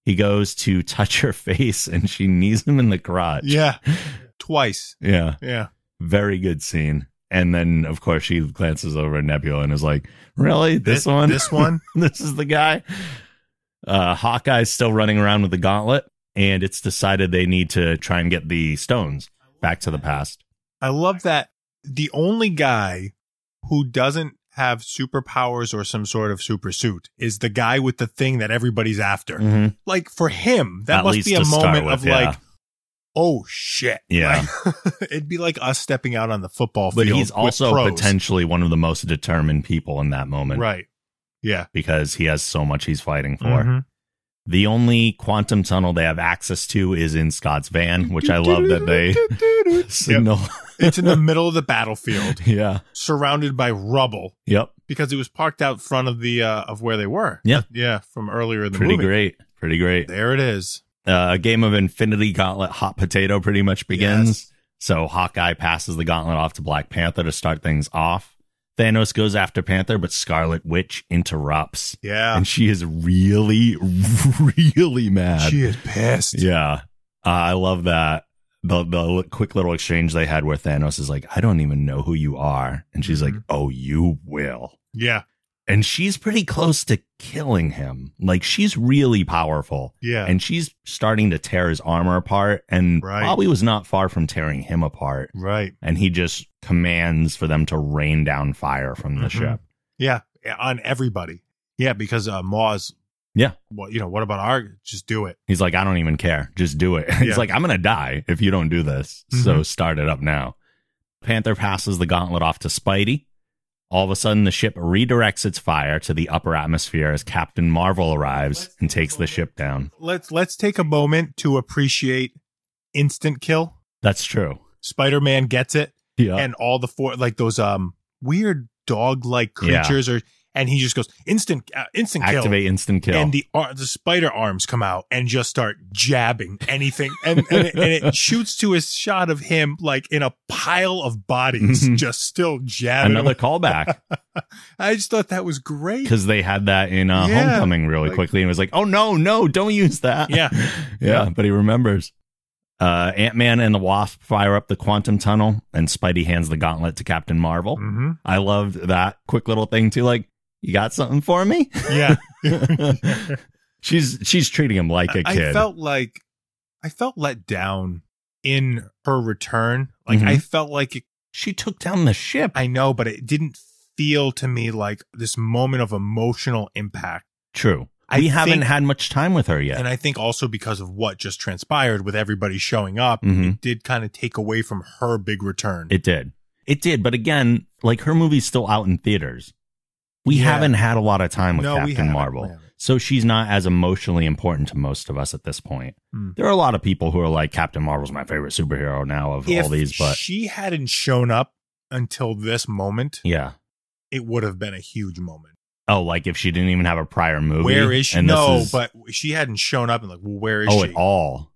S3: He goes to touch her (laughs) face and she knees him in the crotch. (laughs)
S4: Yeah. Twice.
S3: Yeah.
S4: Yeah.
S3: Very good scene. And then of course she glances over at Nebula and is like, Really? This, one?
S4: This one.
S3: (laughs) this is the guy. Uh, Hawkeye's still running around with the gauntlet, and it's decided they need to try and get the stones back to the past.
S4: I love that the only guy who doesn't have superpowers or some sort of super suit is the guy with the thing that everybody's after. Like for him, that
S3: Mm. At
S4: must
S3: least
S4: be a
S3: to start
S4: moment
S3: with,
S4: of
S3: yeah.
S4: like, oh shit. (laughs)
S3: Yeah.
S4: Like, it'd be like us stepping out on the football
S3: But
S4: field.
S3: he's
S4: with
S3: also
S4: pros.
S3: potentially one of the most determined people in that moment
S4: Right. Yeah.
S3: because he has so much he's fighting for.
S4: Mhm.
S3: The only quantum tunnel they have access to is in Scott's van, which I love that
S4: (laughs)
S3: they signal. (laughs)
S4: it's in the middle of the battlefield,
S3: yeah.
S4: surrounded by rubble.
S3: Yep.
S4: because it was parked out front of the uh, of where they were.
S3: Yeah.
S4: yeah, from earlier in the
S3: Pretty
S4: movie.
S3: great. Pretty great.
S4: There it is.
S3: uh, a game of Infinity Gauntlet hot potato pretty much begins.
S4: Yes.
S3: So Hawkeye passes the gauntlet off to Black Panther to start things off. Thanos goes after Panther, but Scarlet Witch interrupts,
S4: Yeah,
S3: and she is really, (laughs) really mad.
S4: she is pissed.
S3: yeah, uh, I love that. The, the li- quick little exchange they had where Thanos is like, I don't even know who you are. And she's like,
S4: Mhm.
S3: Oh, you will.
S4: yeah,
S3: And she's pretty close to killing him. Like, she's really powerful
S4: yeah.
S3: and she's starting to tear his armor apart and
S4: Right.
S3: probably was not far from tearing him apart
S4: right.
S3: and he just commands for them to rain down fire from the
S4: Mhm.
S3: ship
S4: Yeah, yeah, on everybody. Yeah, because uh, Maw's.
S3: Yeah.
S4: Well, you know what about our? Just do it.
S3: he's like i don't even care just do it (laughs)
S4: Yeah. Mm-hmm.
S3: he's like i'm gonna die if you don't do this so start it up now panther passes the gauntlet off to spidey all of a sudden the ship redirects its fire to the upper atmosphere as captain marvel arrives and takes the ship down
S4: Let's let's take a moment to appreciate instant kill.
S3: that's true
S4: Spider Man gets it,
S3: yeah
S4: and all the four like those um weird dog-like
S3: Yeah.
S4: creatures, or and he just goes instant, uh, instant kill,
S3: Activate instant kill.
S4: and the ar- the spider arms come out and just start jabbing anything, and and it, and
S3: (laughs)
S4: it shoots to a shot of him like in a pile of bodies,
S3: Mhm.
S4: just still jabbing.
S3: Another
S4: away.
S3: callback
S4: I just thought that was great.
S3: because they had that in uh,
S4: Yeah.
S3: Homecoming really
S4: Like-
S3: quickly and it was like, oh, no, no, don't use that.
S4: Yeah.
S3: (laughs) yeah, but he remembers. Uh, Ant Man and the Wasp fire up the quantum tunnel, and Spidey hands the gauntlet to Captain Marvel.
S4: Mm-hmm.
S3: I loved that quick little thing too. Like, you got something for
S4: (laughs)
S3: me? (laughs)
S4: Yeah.
S3: she's she's treating him like a
S4: I-
S3: kid.
S4: I felt like I felt let down in her return. Like
S3: Mhm.
S4: I felt like it,
S3: she took down the ship.
S4: I know, but it didn't feel to me like this moment of emotional impact.
S3: True.
S4: I
S3: we haven't
S4: think-
S3: had much time with her yet.
S4: And I think also because of what just transpired with everybody showing up,
S3: Mhm.
S4: it did kind of take away from her big return.
S3: It did. It did. But again, like her movie's still out in theaters. We
S4: Yeah.
S3: haven't had a lot of time with
S4: No, we
S3: Captain
S4: haven't. We
S3: Marvel.
S4: haven't.
S3: So she's not as emotionally important to most of us at this point.
S4: Mm.
S3: There are a lot of people who are like, Captain Marvel's my favorite superhero now of
S4: if
S3: all these, but
S4: she hadn't shown up until this moment,
S3: yeah.
S4: it would have been a huge moment.
S3: Oh, like if she didn't even have a prior movie.
S4: Where is she?
S3: and this
S4: No,
S3: is-
S4: but she hadn't shown up and like, well, where is
S3: oh,
S4: she?
S3: at all.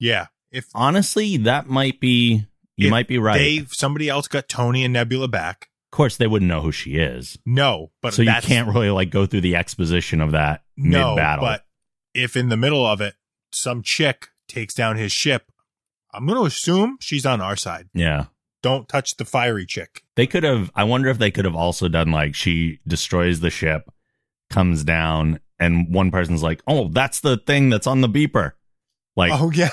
S4: Yeah. If
S3: Honestly, that might be. You
S4: If
S3: might be right.
S4: they somebody else got Tony and Nebula back,
S3: of course, they wouldn't know who she is,
S4: no, but
S3: so you
S4: that's,
S3: can't really like go through the exposition of that
S4: no,
S3: mid battle.
S4: But if in the middle of it, some chick takes down his ship, I'm going to assume she's on our side.
S3: yeah,
S4: Don't touch the fiery chick.
S3: They could have. I wonder if they could have also done like she destroys the ship, comes down, and one person's like, "Oh, that's the thing that's on the beeper," like
S4: oh (laughs) yeah,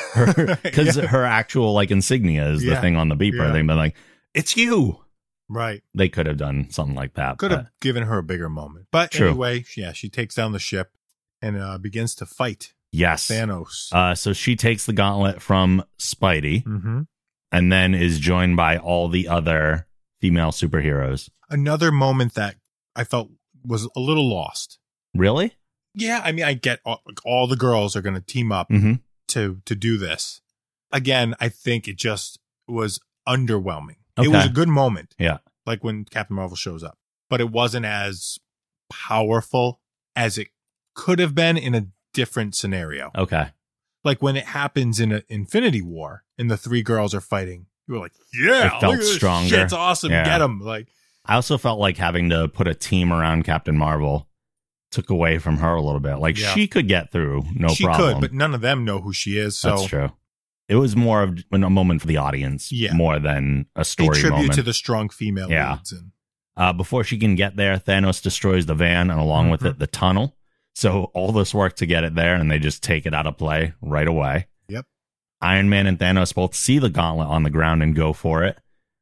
S3: because
S4: Yeah.
S3: her uh, actual like insignia is the
S4: Yeah.
S3: thing on the beeper.
S4: Yeah.
S3: They've been like, "It's you."
S4: right.
S3: They could have done something like that.
S4: Could
S3: but-
S4: have given her a bigger moment, but
S3: uh, True.
S4: anyway, yeah, she takes down the ship and uh, begins to fight
S3: yes.
S4: Thanos.
S3: Uh, so she takes the gauntlet from Spidey,
S4: mm-hmm.
S3: and then is joined by all the other female superheroes.
S4: Another moment that I felt was a little lost.
S3: Really?
S4: Yeah, I mean, I get all, like, all the girls are going to team up.
S3: Mm-hmm.
S4: to to do this. Again, I think it just was underwhelming.
S3: Okay.
S4: It was a good moment.
S3: Yeah.
S4: Like when Captain Marvel shows up, but it wasn't as powerful as it could have been in a different scenario.
S3: Okay.
S4: Like when it happens in a Infinity War and the three girls are fighting, you were like, yeah,
S3: It felt
S4: look at this
S3: stronger.
S4: Shit's awesome.
S3: Yeah.
S4: Get 'em. Get them. Like,
S3: I also felt like having to put a team around Captain Marvel took away from her a little bit. Like
S4: Yeah.
S3: she could get through, no
S4: she
S3: problem.
S4: could, but none of them know who she is. So
S3: That's true. It was more of a moment for the audience,
S4: Yeah.
S3: more than a
S4: a
S3: story
S4: tribute
S3: moment.
S4: to the strong female
S3: Yeah.
S4: leads. And
S3: uh, before she can get there, Thanos destroys the van and along with
S4: Mhm.
S3: it the tunnel. So all this work to get it there, and they just take it out of play right away.
S4: Yep.
S3: Iron Man and Thanos both see the gauntlet on the ground and go for it.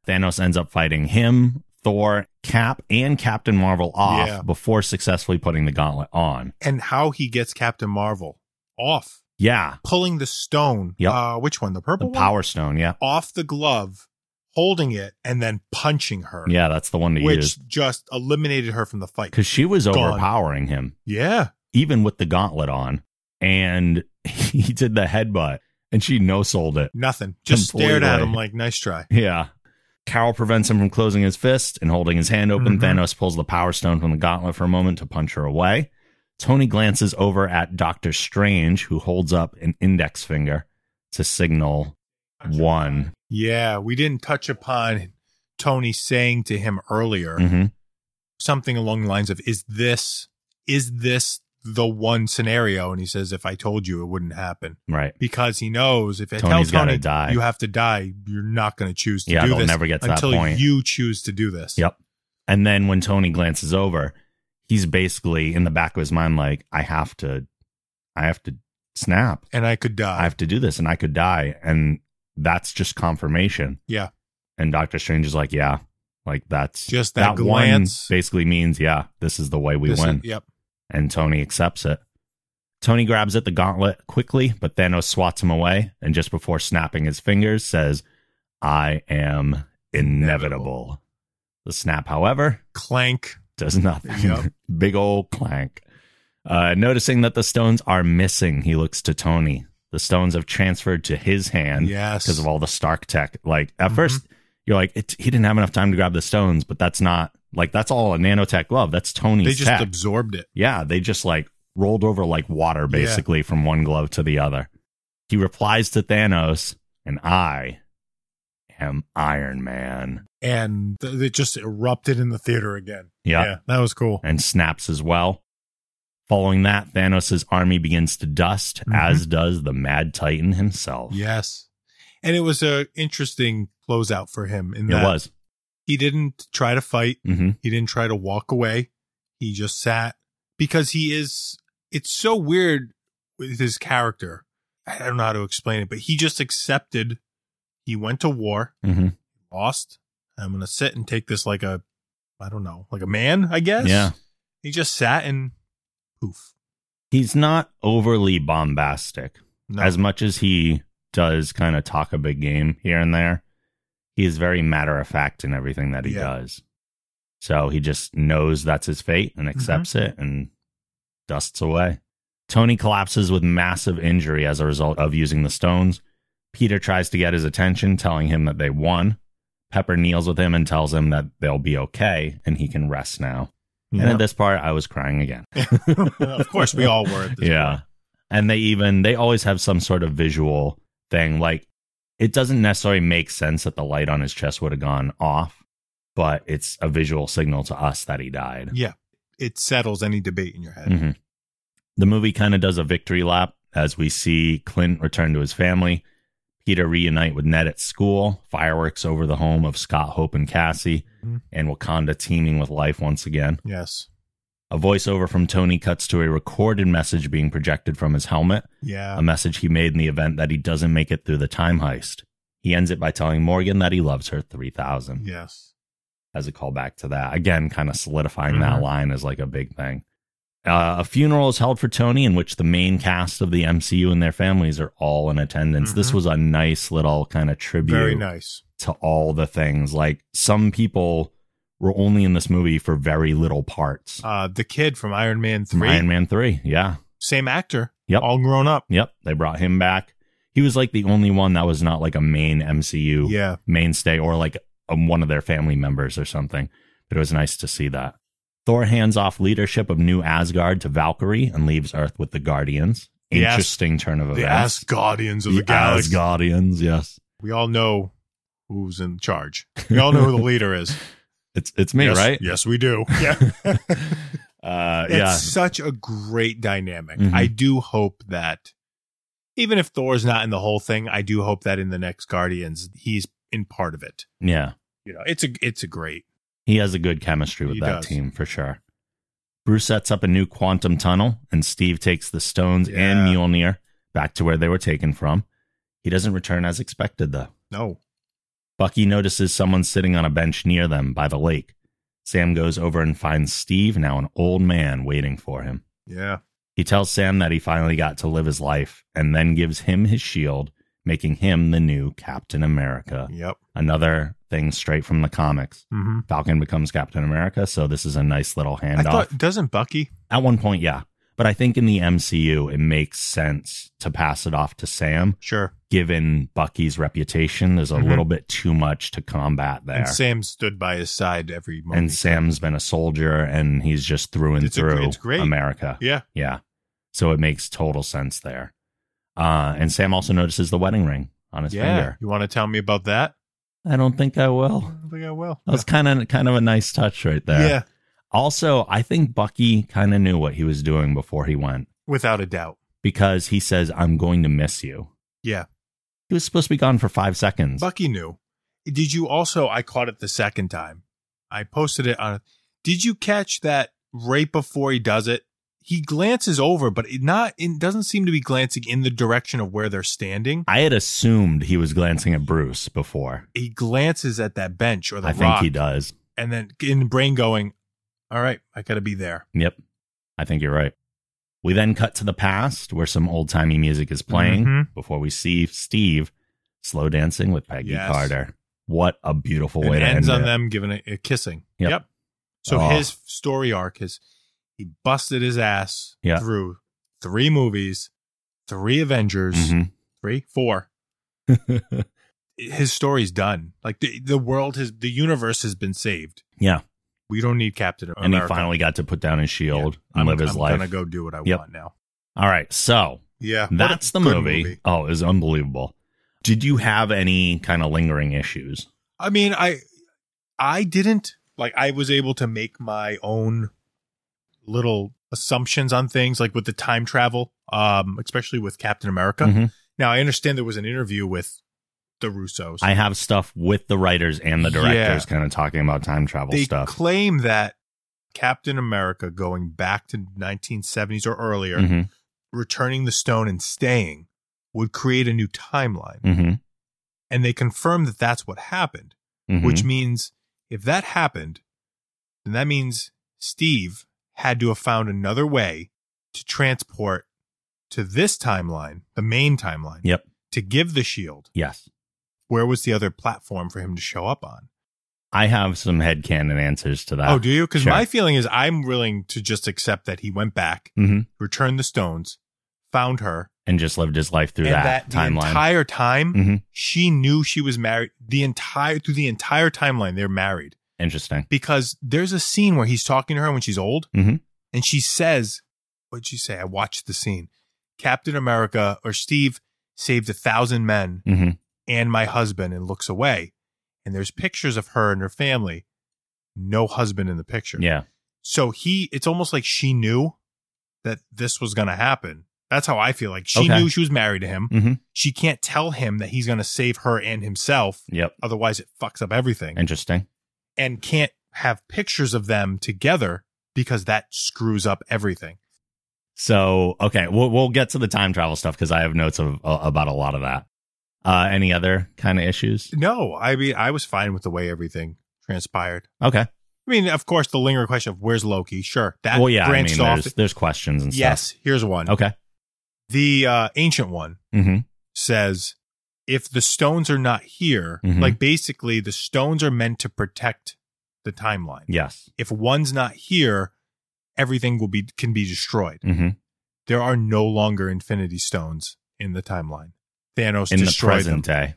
S3: Thanos ends up fighting him, Thor, Cap, and Captain Marvel off
S4: Yeah.
S3: before successfully putting the gauntlet on.
S4: and how he gets Captain Marvel off
S3: Yeah.
S4: pulling the stone.
S3: Yep.
S4: Uh, which one? The
S3: The
S4: purple one?
S3: Power Stone. Yeah.
S4: off the glove, holding it, and then punching her.
S3: Yeah, that's the one to
S4: Which
S3: use.
S4: just eliminated her from the fight.
S3: Because she was
S4: Gone.
S3: overpowering him.
S4: Yeah.
S3: even with the gauntlet on, and (laughs) he did the headbutt, and she no sold it.
S4: Nothing. Just stared at him
S3: Completely.
S4: like, nice try.
S3: Yeah. Carol prevents him from closing his fist and holding his hand open.
S4: Mhm.
S3: Thanos pulls the power stone from the gauntlet for a moment to punch her away. Tony glances over at Doctor Strange, who holds up an index finger to signal one.
S4: Yeah. We didn't touch upon Tony saying to him earlier
S3: Mhm.
S4: something along the lines of, is this, is this the one scenario? And he says, if I told you, it wouldn't happen.
S3: Right.
S4: Because he knows if I
S3: Tony's
S4: tell
S3: gotta
S4: Tony
S3: die.
S4: you have to die, you're not going to choose to
S3: Yeah,
S4: do
S3: they'll
S4: this
S3: never get to that
S4: until
S3: point.
S4: you choose to do this.
S3: Yep. And then when Tony glances over, he's basically in the back of his mind like, I have to, I have to snap.
S4: And I could die.
S3: I have to do this and I could die. And that's just confirmation.
S4: Yeah.
S3: And Doctor Strange is like, yeah, like that's
S4: Just that glance.
S3: one basically means, yeah, this is the way we
S4: This is-
S3: win.
S4: yep.
S3: And Tony accepts it. Tony grabs at the gauntlet quickly, but Thanos swats him away. And just before snapping his fingers, says, I am inevitable. The snap, however,
S4: Clank.
S3: does nothing.
S4: Yep.
S3: (laughs) Big old clank. Uh, noticing that the stones are missing, he looks to Tony. The stones have transferred to his hand
S4: Yes. Mm-hmm.
S3: because of all the Stark tech. Like at first, you're like, it, he didn't have enough time to grab the stones, but that's not like that's all a nanotech glove. That's Tony's
S4: They just
S3: tech.
S4: absorbed it.
S3: Yeah, they just like rolled over like water basically from one glove to the other. He replies to Thanos, and I am Iron Man,
S4: And th- it just erupted in the theater again.
S3: Yeah.
S4: That was cool.
S3: and snaps as well. Following that, Thanos' army begins to dust, as does the Mad Titan himself.
S4: Yes. And it was a interesting closeout for him. In
S3: it
S4: that
S3: was.
S4: He didn't try to fight.
S3: hmm
S4: He didn't try to walk away. He just sat because he is. It's so weird with his character. I don't know how to explain it, but he just accepted. He went to war,
S3: hmm
S4: lost. I'm gonna sit and take this like a, I don't know, like a man, I guess.
S3: Yeah.
S4: He just sat and poof.
S3: He's not overly bombastic.
S4: No.
S3: As much as he does kind of talk a big game here and there, he is very matter of fact in everything that he
S4: Yeah.
S3: does. So he just knows that's his fate and
S4: Mm-hmm.
S3: accepts it and dusts away. Tony collapses with massive injury as a result of using the stones. Peter tries to get his attention, telling him that they won. Pepper kneels with him and tells him that they'll be okay and he can rest now. And at this part, I was crying again.
S4: (laughs) of course, we all were. At this
S3: yeah
S4: point.
S3: and they even they always have some sort of visual thing like it doesn't necessarily make sense that the light on his chest would have gone off but it's a visual signal to us that he died
S4: Yeah. It settles any debate in your head.
S3: Mhm. the movie kind of does a victory lap as we see clint return to his family peter reunite with ned at school fireworks over the home of scott hope and cassie
S4: Mhm.
S3: and wakanda teeming with life once again
S4: Yes.
S3: a voiceover from tony cuts to a recorded message being projected from his helmet
S4: Yeah.
S3: a message he made in the event that he doesn't make it through the time heist. He ends it by telling Morgan that he loves her 3000
S4: yes.
S3: as a callback to that. Again, kind of solidifying
S4: Mhm.
S3: that line as like a big thing. Uh, a funeral is held for Tony in which the main cast of the MCU and their families are all in attendance. This
S4: Mhm.
S3: was a nice little kind of tribute
S4: Very nice.
S3: to all the things. Like some people were only in this movie for very little parts.
S4: Uh, the kid from Iron Man
S3: From
S4: three,
S3: Iron Man 3. Yeah.
S4: same actor.
S3: Yep.
S4: All grown up.
S3: Yep, they brought him back. He was like the only one that was not like a main MCU
S4: Yeah.
S3: mainstay or like um, one of their family members or something. But it was nice to see that. Thor hands off leadership of New Asgard to Valkyrie and leaves Earth with the Guardians.
S4: Yes.
S3: Interesting turn of
S4: The
S3: events.
S4: Asgardians of the, galaxy.
S3: Asgardians, yes.
S4: We all know who's in charge. We all know who the leader is.
S3: It's it's (laughs) me,
S4: yes,
S3: right?
S4: Yes, we do. (laughs) Yeah.
S3: (laughs) Uh,
S4: It's
S3: yeah.
S4: such a great dynamic.
S3: Mhm.
S4: I do hope that even if Thor's not in the whole thing, I do hope that in the next Guardians he's in part of it.
S3: Yeah.
S4: You know, it's a it's a great.
S3: He has a good chemistry with
S4: He
S3: that
S4: does.
S3: team for sure. Bruce sets up a new quantum tunnel, and Steve takes the stones and
S4: Yeah.
S3: Mjolnir back to where they were taken from. He doesn't return as expected, though.
S4: No.
S3: Bucky notices someone sitting on a bench near them by the lake. Sam goes over and finds Steve, now an old man, waiting for him.
S4: Yeah.
S3: He tells Sam that he finally got to live his life and then gives him his shield, making him the new Captain America.
S4: Yep.
S3: Another thing straight from the comics.
S4: Mm-hmm.
S3: Falcon becomes Captain America, so this is a nice little handoff.
S4: I thought doesn't Bucky?
S3: At one point, yeah. But I think in the MCU, it makes sense to pass it off to Sam,
S4: Sure.
S3: given Bucky's reputation. There's a
S4: Mhm.
S3: little bit too much to combat there.
S4: And Sam stood by his side every moment.
S3: And Sam's been a soldier and he's just through and
S4: It's a gr-
S3: through
S4: it's great.
S3: America.
S4: Yeah.
S3: Yeah. So it makes total sense there. Uh, and Sam also notices the wedding ring on his
S4: yeah.
S3: finger.
S4: You want to tell me about that?
S3: I don't think I
S4: I
S3: will.
S4: don't think I will. (laughs)
S3: That was kind of kind of a nice touch right there.
S4: Yeah.
S3: Also, I think Bucky kind of knew what he was doing before he went.
S4: Without a doubt.
S3: because he says, I'm going to miss you.
S4: Yeah.
S3: He was supposed to be gone for five seconds.
S4: Bucky knew. Did you also? I caught it the second time. I posted it on. Did you catch that right before he does it? He glances over, but it not. It doesn't seem to be glancing in the direction of where they're standing.
S3: I had assumed he was glancing at Bruce before.
S4: He glances at that bench or the
S3: I think
S4: rock,
S3: he does.
S4: and then in the brain going, "All right, I got to be there."
S3: Yep. I think you're right. We then cut to the past where some old timey music is playing
S4: Mhm.
S3: before we see Steve slow dancing with Peggy
S4: Yes.
S3: Carter. What a beautiful
S4: It
S3: way to
S4: ends
S3: end
S4: on
S3: it.
S4: them giving a, a kissing.
S3: Yep.
S4: So
S3: Oh.
S4: his story arc is he busted his ass
S3: Yeah.
S4: through
S3: Mm-hmm.
S4: three movies, three Avengers,
S3: Mhm.
S4: three, four, his story's done. Like the the world has the universe has been saved.
S3: (laughs) Yeah.
S4: We don't need Captain America.
S3: And he finally got to put down his shield and
S4: Yeah. I'm,
S3: live his
S4: I'm
S3: life.
S4: gonna go do what I
S3: Yep.
S4: want now.
S3: All right. So
S4: Yeah,
S3: that's the movie. Oh, it was unbelievable. Did you have any kind of lingering issues?
S4: I mean, I I didn't like I was able to make my own little assumptions on things like with the time travel, um, especially with Captain America.
S3: Mhm.
S4: Now I understand there was an interview with the Russos.
S3: I have stuff with the writers and the directors kind of talking about time travel
S4: they
S3: stuff.
S4: claim that Captain America going back to 1970s or earlier,
S3: Mhm,
S4: returning the stone and staying would create a new timeline.
S3: mhm,
S4: And they confirm that that's what happened.
S3: mhm.
S4: which means if that happened, then that means Steve had to have found another way to transport to this timeline, the main timeline,
S3: Yep.
S4: to give the shield.
S3: Yes.
S4: Where was the other platform for him to show up on?
S3: I have some headcanon answers to that.
S4: oh, do you?
S3: Ah,
S4: Because
S3: sure.
S4: my feeling is I'm willing to just accept that he went back,
S3: hmm
S4: returned the stones, found her,
S3: And just lived his life through
S4: and
S3: that,
S4: that, the
S3: timeline.
S4: entire time
S3: Mhm.
S4: she knew she was married. The entire through the entire timeline they're married.
S3: Interesting.
S4: because there's a scene where he's talking to her when she's old,
S3: Mhm.
S4: and she says, "What'd she say?" I watched the scene. Captain America or Steve saved a thousand men
S3: hmm
S4: and my husband, and looks away. And there's pictures of her and her family. No husband in the picture.
S3: Yeah.
S4: So he, it's almost like she knew that this was going to happen. That's how I feel. Like she
S3: Okay.
S4: knew she was married to him.
S3: Mhm.
S4: She can't tell him that he's going to save her and himself.
S3: Yep.
S4: Otherwise, it fucks up everything
S3: Interesting.
S4: and can't have pictures of them together because that screws up everything.
S3: So, okay, we'll, we'll get to the time travel stuff because I have notes of, uh, about a lot of that. Uh, any other kind of issues?
S4: No, I mean I was fine with the way everything transpired.
S3: Okay.
S4: I mean, of course, the lingering question of where's Loki? Sure, that
S3: well, yeah, I mean,
S4: branched
S3: there's,
S4: off.
S3: there's questions and
S4: Yes, here's one.
S3: stuff. Okay.
S4: The uh, ancient one
S3: hmm
S4: says, if the stones are not here,
S3: Mhm.
S4: like basically the stones are meant to protect the timeline.
S3: Yes.
S4: If one's not here, everything will be can be destroyed.
S3: hmm
S4: There are no longer Infinity Stones in the timeline. Thanos
S3: In the
S4: destroyed them.
S3: present day.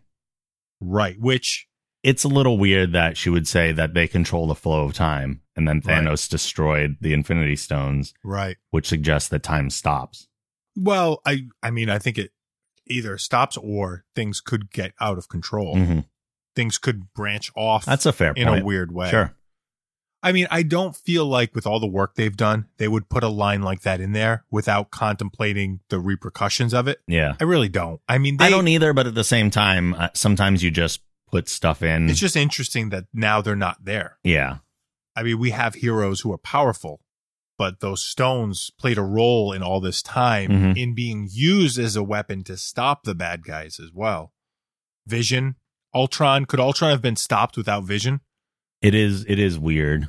S4: Right, which
S3: It's a little weird that she would say that they control the flow of time and then
S4: Right.
S3: Thanos destroyed the Infinity Stones,
S4: right.
S3: which suggests that time stops.
S4: Well, I I mean, I think it either stops or things could get out of control.
S3: hmm
S4: Things could branch off
S3: That's a fair
S4: in
S3: point.
S4: a weird way.
S3: Sure.
S4: I mean, I don't feel like with all the work they've done, they would put a line like that in there without contemplating the repercussions of it.
S3: Yeah.
S4: I really don't. I mean, they,
S3: I don't either, but at the same time, uh, sometimes you just put stuff in.
S4: it's just interesting that now they're not there.
S3: yeah.
S4: I mean, we have heroes who are powerful, but those stones played a role in all this time
S3: Mhm.
S4: in being used as a weapon to stop the bad guys as well. Vision, Ultron, could Ultron have been stopped without Vision?
S3: It is. It is weird.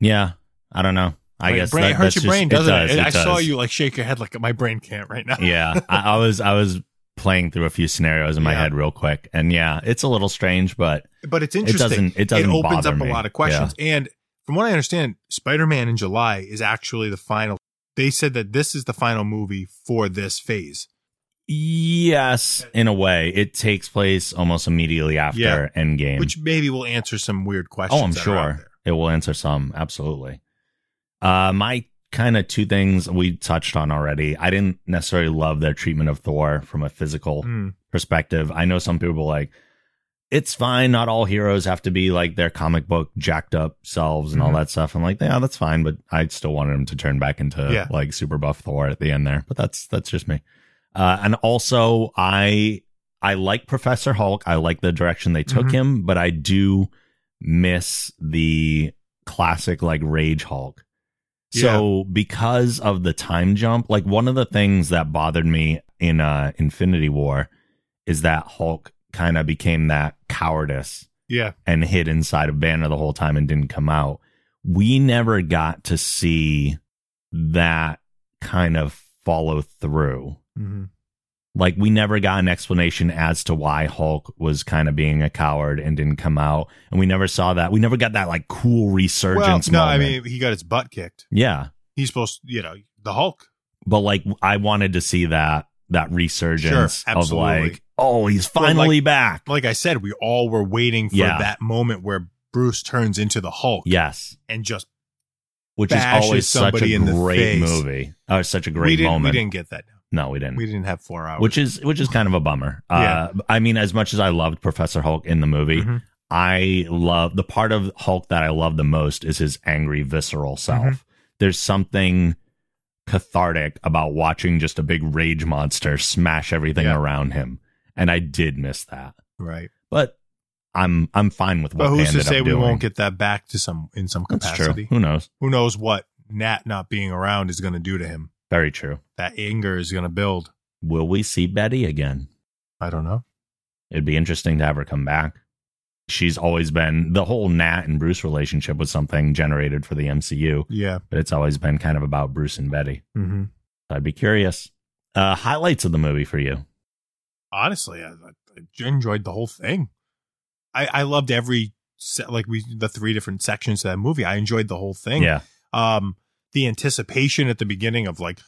S3: Yeah, I don't know. I
S4: Like,
S3: guess
S4: brain,
S3: that,
S4: it hurts
S3: that's
S4: your brain,
S3: just-
S4: doesn't it?
S3: does,
S4: And I saw
S3: does.
S4: you (laughs) like shake your head like my brain can't right now.
S3: yeah, I, I was. I was playing through a few scenarios in my
S4: Yeah.
S3: head real quick, and yeah, it's a little strange, but
S4: But it's
S3: it
S4: interesting.
S3: doesn't. It doesn't.
S4: it opens
S3: bother
S4: up
S3: me.
S4: a lot of questions. And from what I understand, Spider Man in July is actually the final. They said that this is the final movie for this phase.
S3: Yeah. Yes, in a way, it takes place almost immediately after
S4: Yeah.
S3: Endgame.
S4: Which maybe will answer some weird questions.
S3: oh, I'm
S4: that are out
S3: sure
S4: there.
S3: it will answer some. Absolutely. Uh, my kind of two things we touched on already. I didn't necessarily love their treatment of Thor from a physical
S4: Mm.
S3: perspective. I know some people are like it's fine. Not all heroes have to be like their comic book jacked up selves and all
S4: Mhm.
S3: that stuff. I'm like, yeah, that's fine, but I still wanted him to turn back into
S4: Yeah.
S3: like super buff Thor at the end there. But that's that's just me. Uh, and also, I I like Professor Hulk. I like the direction they took
S4: Mhm.
S3: him, but I do miss the classic like Rage Hulk. So because of the time jump, like one of the things that bothered me in uh Infinity War is that Hulk kind of became that cowardice
S4: Yeah.
S3: and hid inside of Banner the whole time and didn't come out. We never got to see that kind of follow through.
S4: Mm-hmm.
S3: Like we never got an explanation as to why Hulk was kind of being a coward and didn't come out, and we never saw that. We never got that like cool
S4: Well,
S3: resurgence.
S4: no, I
S3: moment.
S4: mean he got his butt kicked.
S3: yeah,
S4: He's supposed, you know, the Hulk.
S3: but like I wanted to see that that resurgence
S4: Sure,
S3: of
S4: absolutely.
S3: like oh, he's
S4: Well, like-
S3: finally back.
S4: Like I said, we all were waiting for
S3: Yeah.
S4: that moment where Bruce turns into the Hulk
S3: yes,
S4: and just
S3: which is
S4: bashes
S3: always such
S4: somebody
S3: a
S4: in the
S3: great
S4: face.
S3: movie. Oh, it's such a great
S4: we didn't,
S3: moment.
S4: We didn't get that.
S3: no, we didn't.
S4: We didn't have four hours.
S3: which is which is kind of a bummer. Uh, I mean, as much as I loved Professor Hulk in the movie,
S4: Mhm.
S3: I love the part of Hulk that I love the most is his angry, visceral self.
S4: Mm-hmm.
S3: There's something cathartic about watching just a big rage monster smash everything
S4: Yeah.
S3: around him, and I did miss that.
S4: right?
S3: But I'm I'm fine with what
S4: But
S3: they
S4: who's to
S3: ended
S4: say
S3: up
S4: we
S3: doing.
S4: won't get that back to some in some
S3: That's
S4: capacity?
S3: true. Who knows?
S4: Who knows what Nat not being around is going to do to him?
S3: Very true.
S4: That anger is going to build.
S3: Will we see Betty again?
S4: I don't know.
S3: It'd be interesting to have her come back. She's always been the whole Nat and Bruce relationship was something generated for the MCU,
S4: Yeah.
S3: but it's always been kind of about Bruce and Betty.
S4: Mm-hmm.
S3: I'd be curious. Uh, highlights of the movie for you?
S4: honestly, I, I I enjoyed the whole thing. I, I loved every set, like we the three different sections of that movie. I enjoyed the whole thing.
S3: Yeah,
S4: Um, the anticipation at the beginning of like,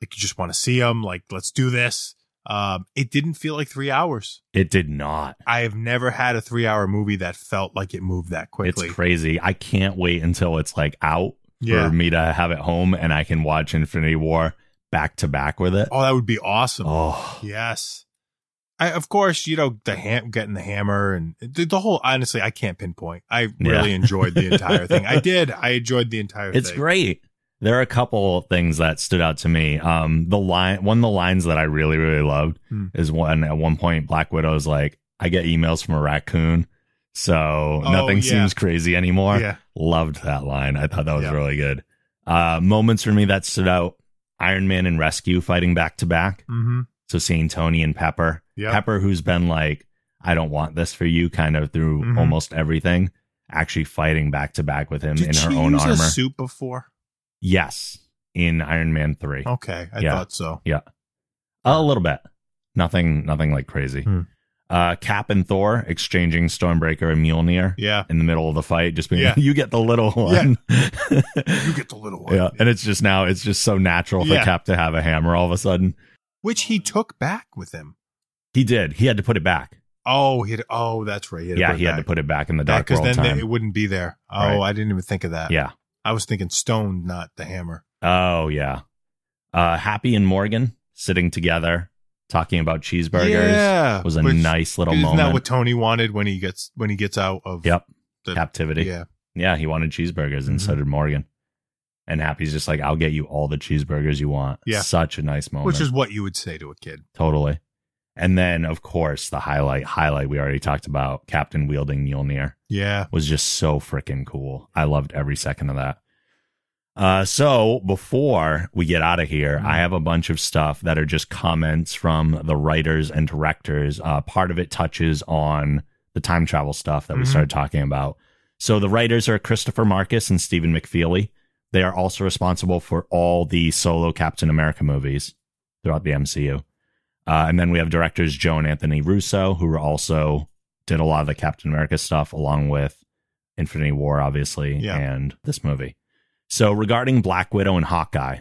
S4: like you just want to see them. Like, let's do this. Um, it didn't feel like three hours.
S3: it did not.
S4: I have never had a three-hour movie that felt like it moved that quickly.
S3: It's crazy. I can't wait until it's like out
S4: Yeah.
S3: for me to have it home and I can watch Infinity War back to back with it.
S4: oh, that would be awesome.
S3: Oh,
S4: Yes. I, of course, you know the ham getting the hammer and the, the whole. Honestly, I can't pinpoint. I really
S3: Yeah.
S4: enjoyed the entire thing.
S3: (laughs)
S4: I did. I enjoyed the entire.
S3: it's
S4: thing.
S3: great. There are a couple things that stood out to me. Um, the line, one of the lines that I really, really loved
S4: Hmm.
S3: is one at one point Black Widow's like, "I get emails from a raccoon, so
S4: Oh,
S3: nothing
S4: yeah.
S3: seems crazy anymore."
S4: yeah.
S3: Loved that line. I thought that was
S4: Yeah.
S3: really good. Uh, moments for me that stood out: Iron Man and Rescue fighting back to back.
S4: Mm-hmm.
S3: So seeing Tony and Pepper,
S4: Yeah.
S3: Pepper, who's been like, "I don't want this for you," kind of through
S4: Mhm.
S3: almost everything, actually fighting back to back with him in her own
S4: use
S3: armor.
S4: a suit before?
S3: Yes, in Iron Man three,
S4: Okay, I
S3: Yeah.
S4: thought so.
S3: a little bit. Nothing, nothing like crazy.
S4: Hmm.
S3: Uh, Cap and Thor exchanging Stormbreaker and Mjolnir
S4: Yeah,
S3: in the middle of the fight, just being
S4: Yeah.
S3: you get the little
S4: Yeah.
S3: one.
S4: (laughs) you get the little
S3: (laughs)
S4: one.
S3: yeah, and it's just now it's just so natural for
S4: Yeah.
S3: Cap to have a hammer all of a sudden.
S4: which he took back with him.
S3: He did. He had to put it back.
S4: Oh, he had, oh, that's right.
S3: yeah, he had to put it back in the dark
S4: back because
S3: world
S4: then they-
S3: time.
S4: it wouldn't be there. Oh,
S3: Right.
S4: I didn't even think of that.
S3: yeah.
S4: I was thinking stone, not the hammer.
S3: Oh yeah. Uh, Happy and Morgan sitting together talking about cheeseburgers
S4: yeah,
S3: was a
S4: which-
S3: nice little
S4: Isn't
S3: moment.
S4: that what Tony wanted when he gets when he gets out of
S3: yep.
S4: the-
S3: Captivity.
S4: Yeah,
S3: Yeah, he wanted cheeseburgers, and so
S4: Mhm.
S3: did Morgan. And Happy's just like, I'll get you all the cheeseburgers you want.
S4: Yeah.
S3: Such a nice moment.
S4: which is what you would say to a kid.
S3: totally. And then, of course, the highlight, highlight we already talked about, Captain wielding Mjolnir
S4: Yeah,
S3: was just so freaking cool. I loved every second of that. Uh, so before we get out of here, I have a bunch of stuff that are just comments from the writers and directors. Uh, part of it touches on the time travel stuff that we
S4: Mhm.
S3: started talking about. So the writers are Christopher Marcus and Stephen McFeely. They are also responsible for all the solo Captain America movies throughout the MCU. Uh, and then we have directors Joe and Anthony Russo, who were also did a lot of the Captain America stuff along with Infinity War, obviously,
S4: Yeah.
S3: and this movie. So regarding Black Widow and Hawkeye,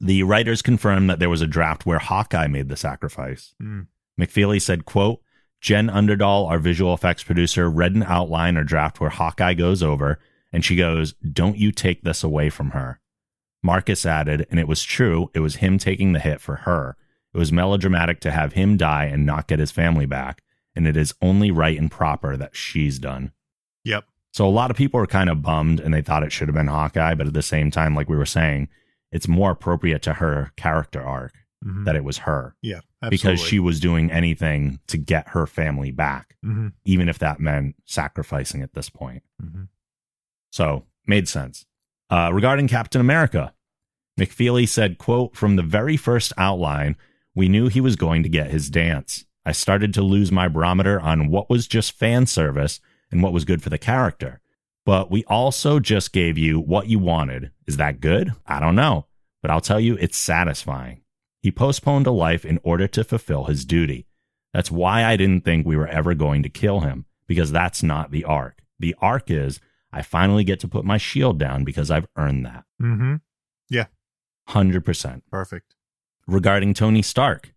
S3: the writers confirmed that there was a draft where Hawkeye made the sacrifice.
S4: Mm.
S3: McFeely said, quote, Jen Underdahl, our visual effects producer, read an outline or draft where Hawkeye goes over, and she goes, Don't you take this away from her. Marcus added, and it was true, it was him taking the hit for her. It was melodramatic to have him die and not get his family back, and it is only right and proper that she's done.
S4: yep,
S3: So a lot of people are kind of bummed and they thought it should have been Hawkeye, but at the same time, like we were saying, it's more appropriate to her character arc
S4: Mhm.
S3: that it was her
S4: yeah, absolutely.
S3: because she was doing anything to get her family back,
S4: Mhm.
S3: even if that meant sacrificing at this point.
S4: Mhm.
S3: So made sense. Uh, regarding Captain America, McFeely said, quote, from the very first outline, we knew he was going to get his dance. I started to lose my barometer on what was just fan service and what was good for the character. But we also just gave you what you wanted. Is that good? I don't know. But I'll tell you, it's satisfying. He postponed a life in order to fulfill his duty. That's why I didn't think we were ever going to kill him, because that's not the arc. The arc is I finally get to put my shield down because I've earned that.
S4: Mm-hmm.
S3: 100%.
S4: Perfect.
S3: Regarding Tony Stark,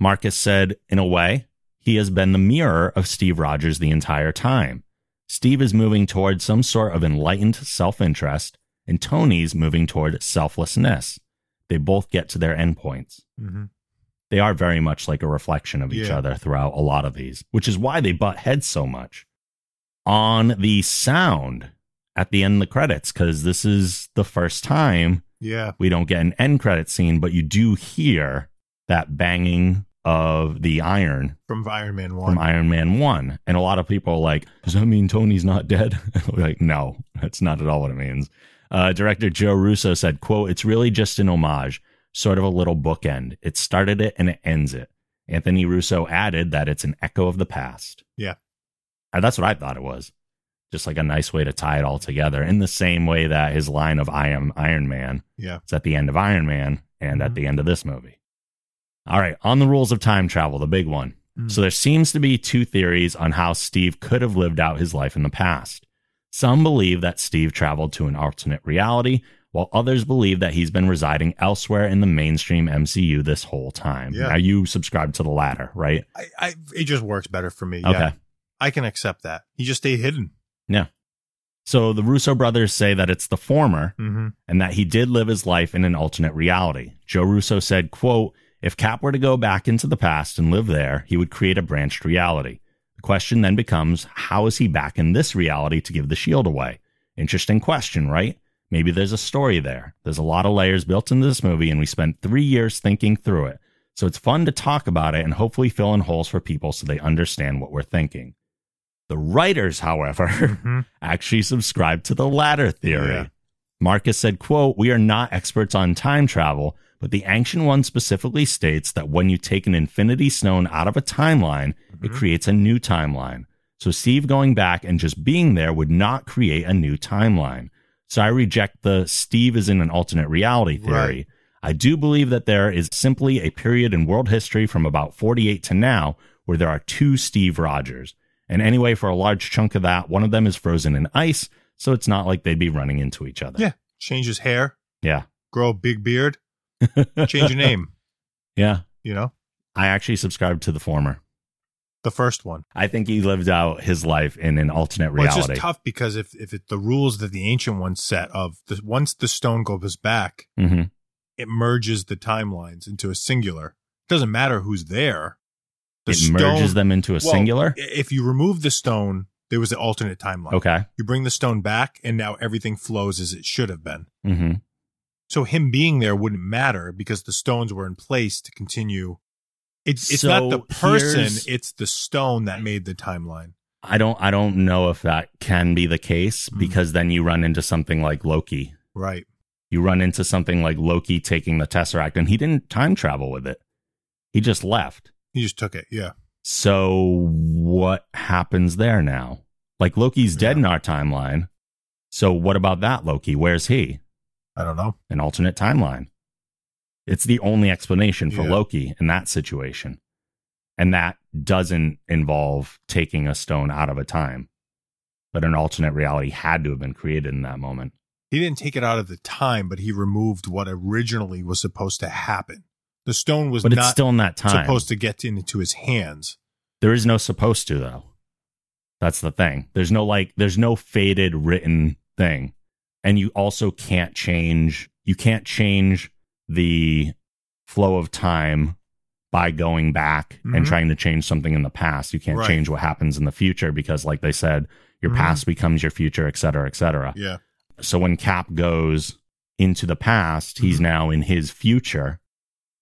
S3: Marcus said, in a way, he has been the mirror of Steve Rogers the entire time. Steve is moving toward some sort of enlightened self interest, and Tony's moving toward selflessness. They both get to their endpoints.
S4: Mhm.
S3: They are very much like a reflection of each
S4: Yeah.
S3: other throughout a lot of these, which is why they butt heads so much. On the sound at the end of the credits, because this is the first time
S4: Yeah.
S3: we don't get an end credit scene, but you do hear that banging of the iron
S4: From Iron Man 1.
S3: from Iron Man 1. And a lot of people are like, does that mean Tony's not dead? (laughs) We're like, no, that's not at all what it means. Uh, director Joe Russo said, quote, it's really just an homage, sort of a little bookend. It started it and it ends it. Anthony Russo added that it's an echo of the past.
S4: Yeah.
S3: And that's what I thought it was. Just like a nice way to tie it all together in the same way that his line of I am Iron Man
S4: Yeah.
S3: it's at the end of Iron Man and at the end of this movie. All right, on the rules of time travel, the big one. So there seems to be two theories on how Steve could have lived out his life in the past. Some believe that Steve traveled to an alternate reality, while others believe that he's been residing elsewhere in the mainstream MCU this whole time.
S4: Yeah.
S3: Now you subscribe to the latter, right?
S4: I, I, it just works better for me.
S3: Okay.
S4: Yeah. I can accept that. He just stayed hidden.
S3: So the Russo brothers say that it's the former,
S4: Mm-hmm.
S3: and that he did live his life in an alternate reality. Joe Russo said, quote, if Cap were to go back into the past and live there, he would create a branched reality. The question then becomes, how is he back in this reality to give the shield away? Interesting question, right? Maybe there's a story there. There's a lot of layers built into this movie, and we spent three years thinking through it. So it's fun to talk about it and hopefully fill in holes for people so they understand what we're thinking. The writers, however, (laughs) actually subscribe to the latter theory.
S4: Yeah.
S3: Marcus said, quote, we are not experts on time travel, but the Ancient One specifically states that when you take an infinity stone out of a timeline,
S4: Mm-hmm.
S3: it creates a new timeline. So Steve going back and just being there would not create a new timeline. So I reject the Steve is in an alternate reality theory.
S4: Right.
S3: I do believe that there is simply a period in world history from about 48 to now where there are two Steve Rogers. And anyway, for a large chunk of that, one of them is frozen in ice, so it's not like they'd be running into each other.
S4: Yeah. Change his hair,
S3: Yeah.
S4: grow a big beard,
S3: (laughs)
S4: change your name,
S3: Yeah.
S4: you know?
S3: I actually subscribe to the former.
S4: The first one.
S3: I think he lived out his life in an alternate
S4: Well, it's
S3: reality.
S4: just tough because if, if it, the rules that the ancient one set of the, once the stone goes back,
S3: Mhm.
S4: it merges the timelines into a singular. doesn't matter who's there.
S3: It merges them into a
S4: Well,
S3: singular.
S4: i- If you remove the stone, there was an alternate timeline.
S3: okay.
S4: You bring the stone back, and now everything flows as it should have been.
S3: hmm
S4: So him being there wouldn't matter because the stones were in place to continue. It's it's
S3: So
S4: not the person;
S3: here's-
S4: it's the stone that made the timeline.
S3: I don't. I don't know if that can be the case
S4: Mhm.
S3: because then you run into something like Loki.
S4: Right?
S3: You run into something like Loki taking the Tesseract, and he didn't time travel with it. He just left.
S4: He just took it. Yeah.
S3: So what happens there now? Like Loki's dead
S4: Yeah.
S3: in our timeline. So what about that Loki? Where's he?
S4: I don't know.
S3: An alternate timeline. It's the only explanation for
S4: Yeah.
S3: Loki in that situation. And that doesn't involve taking a stone out of a time. But an alternate reality had to have been created in that moment.
S4: He didn't take it out of the time, but he removed what originally was supposed to happen. The stone was
S3: But it's
S4: not
S3: still in that time.
S4: supposed to get into his hands.
S3: There is no supposed to though. That's the thing. There's no like there's no faded written thing. And you also can't change you can't change the flow of time by going back and
S4: Mhm.
S3: trying to change something in the past. You can't
S4: Right.
S3: change what happens in the future because like they said, your
S4: Mhm.
S3: past becomes your future, et cetera, et cetera.
S4: Yeah.
S3: So when Cap goes into the past, he's
S4: Mm-hmm.
S3: now in his future.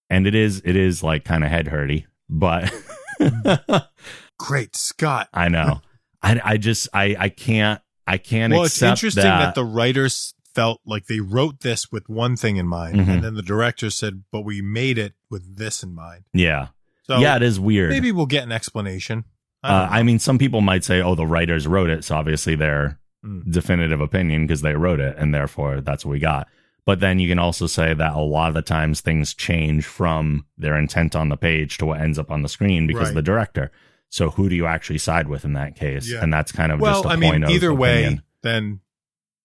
S3: And it is it is like kind of head hurty, but
S4: Mm-hmm.
S3: (laughs)
S4: Great Scott.
S3: I know. (laughs) I, I just I I can't I can't
S4: well, it's
S3: accept
S4: interesting that.
S3: that.
S4: the writers felt like they wrote this with one thing in mind,
S3: Mhm.
S4: and then the director said, "But we made it with this in mind."
S3: yeah,
S4: So
S3: yeah, it is weird.
S4: maybe we'll get an explanation. Um, I
S3: uh,
S4: don't know.
S3: I mean, some people might say, "Oh, the writers wrote it," so obviously their
S4: Mm.
S3: definitive opinion because they wrote it, and therefore that's what we got. But then you can also say that a lot of the times things change from their intent on the page to what ends up on the screen because of
S4: Right.
S3: the director. So who do you actually side with in that case?
S4: Yeah.
S3: And that's kind of just
S4: well,
S3: a
S4: I
S3: point
S4: mean,
S3: of
S4: either way,
S3: opinion.
S4: then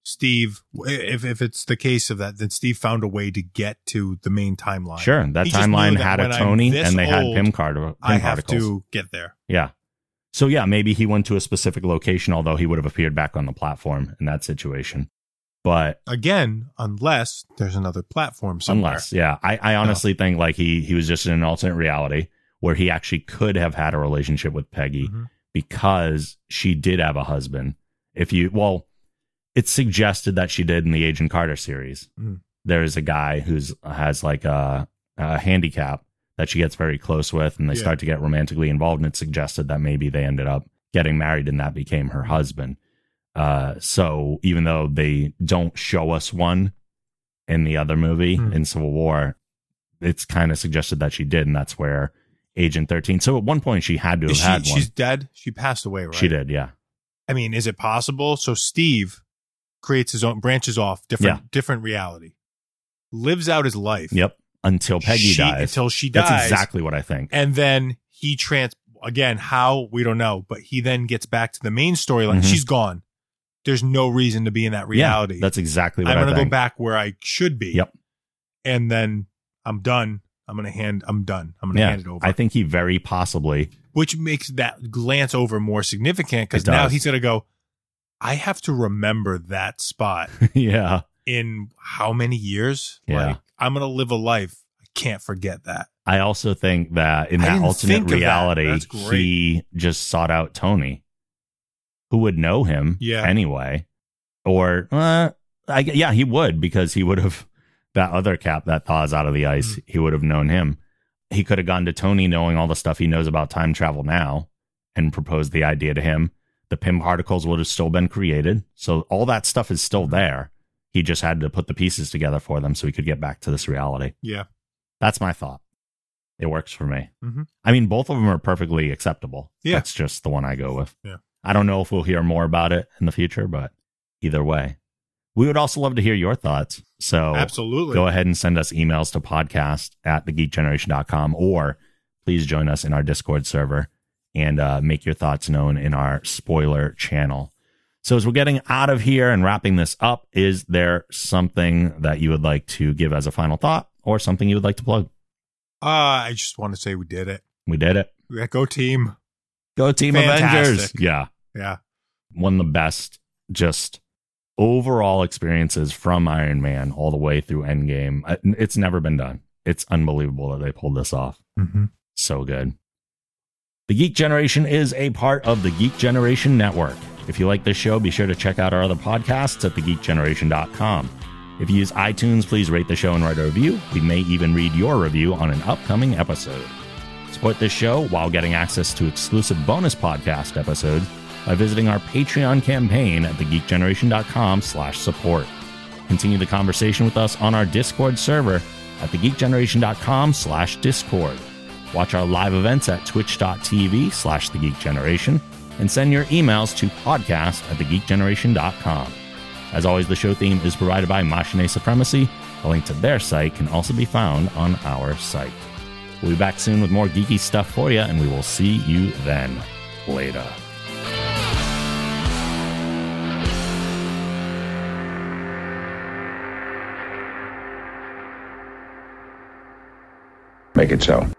S4: Steve, if if it's the case of that, then Steve found a way to get to the main timeline.
S3: Sure, that
S4: He just
S3: timeline
S4: knew that
S3: had a
S4: when I'm
S3: Tony,
S4: this
S3: and they had
S4: old,
S3: Pim card. Pim
S4: I have
S3: particles.
S4: to get there.
S3: Yeah. So yeah, maybe he went to a specific location, although he would have appeared back on the platform in that situation. But
S4: Again, unless there's another platform somewhere. Oh.
S3: unless, yeah, I, I honestly think like he he was just in an alternate reality where he actually could have had a relationship with Peggy
S4: Mhm.
S3: because she did have a husband. If you well, it's suggested that she did in the Agent Carter series.
S4: Mm.
S3: There is a guy who's has like a, a handicap that she gets very close with, and they
S4: Yeah.
S3: start to get romantically involved. And it's suggested that maybe they ended up getting married, and that became her husband. Uh, so even though they don't show us one in the other movie
S4: Mm.
S3: in Civil War, it's kind of suggested that she did, and that's where Agent Thirteen. So at one point she had to have
S4: Is she,
S3: had one.
S4: she's dead. She passed away, right?
S3: She did, yeah.
S4: I mean, is it possible? So Steve creates his own branches off different different reality, lives out his life.
S3: Yep. Until Peggy
S4: She-
S3: dies.
S4: until she
S3: That's
S4: dies.
S3: exactly what I think.
S4: and then he trans again how we don't know but he then gets back to the main storyline
S3: Mhm.
S4: she's gone there's no reason to be in that
S3: Yeah,
S4: reality
S3: that's exactly
S4: i'm
S3: what
S4: gonna
S3: I
S4: go
S3: think.
S4: back where i should be
S3: Yep.
S4: and then i'm done i'm gonna hand i'm done i'm gonna hand it
S3: Yeah.
S4: over
S3: I think he very possibly (laughs)
S4: which makes that glance over more significant because
S3: It
S4: now
S3: does.
S4: he's gonna go i have to remember
S3: (laughs)
S4: that spot
S3: Yeah.
S4: in how many years
S3: Yeah.
S4: like i'm gonna live a life i can't forget that
S3: I also think that in
S4: I
S3: that
S4: didn't
S3: alternate
S4: think of that.
S3: reality,
S4: That's great.
S3: he just sought out Tony, who would know him
S4: Yeah.
S3: anyway. Or, uh, I, gue- yeah, he would because he would have that other cap that thaws out of the ice.
S4: Mm.
S3: He would have known him. He could have gone to Tony knowing all the stuff he knows about time travel now and proposed the idea to him. The PIM particles would have still been created. So all that stuff is still there. He just had to put the pieces together for them so he could get back to this reality.
S4: yeah
S3: That's my thought. It works for me.
S4: Mhm.
S3: I mean, both of them are perfectly acceptable.
S4: Yeah.
S3: That's just the one I go with.
S4: Yeah.
S3: I don't know if we'll hear more about it in the future, but either way, we would also love to hear your thoughts. So
S4: absolutely
S3: Oh, go ahead and send us emails to podcast at thegeekgeneration.com or please join us in our Discord server and uh, make your thoughts known in our spoiler channel. So, as we're getting out of here and wrapping this up, is there something that you would like to give as a final thought or something you would like to plug?
S4: Uh, I just want to say we did it.
S3: We did it.
S4: Yeah, go team.
S3: Go Team
S4: Fantastic.
S3: Avengers. Yeah.
S4: Yeah.
S3: One of the best just overall experiences from Iron Man all the way through Endgame. Uh, It's never been done. It's unbelievable that they pulled this off. So good. The Geek Generation is a part of the Geek Generation Network. If you like this show, be sure to check out our other podcasts at thegeekgeneration.com. If you use iTunes, please rate the show and write a review. We may even read your review on an upcoming episode. Support this show while getting access to exclusive bonus podcast episodes by visiting our Patreon campaign at thegeekgeneration.com slash support. Continue the conversation with us on our Discord server at thegeekgeneration.com slash Discord. Watch our live events at twitch.tv slash thegeekgeneration and send your emails to podcast at thegeekgeneration.com. As always, the show theme is provided by Machine Supremacy. A link to their site can also be found on our site. We'll be back soon with more geeky stuff for you, and we will see you then. Later.
S6: Make it so.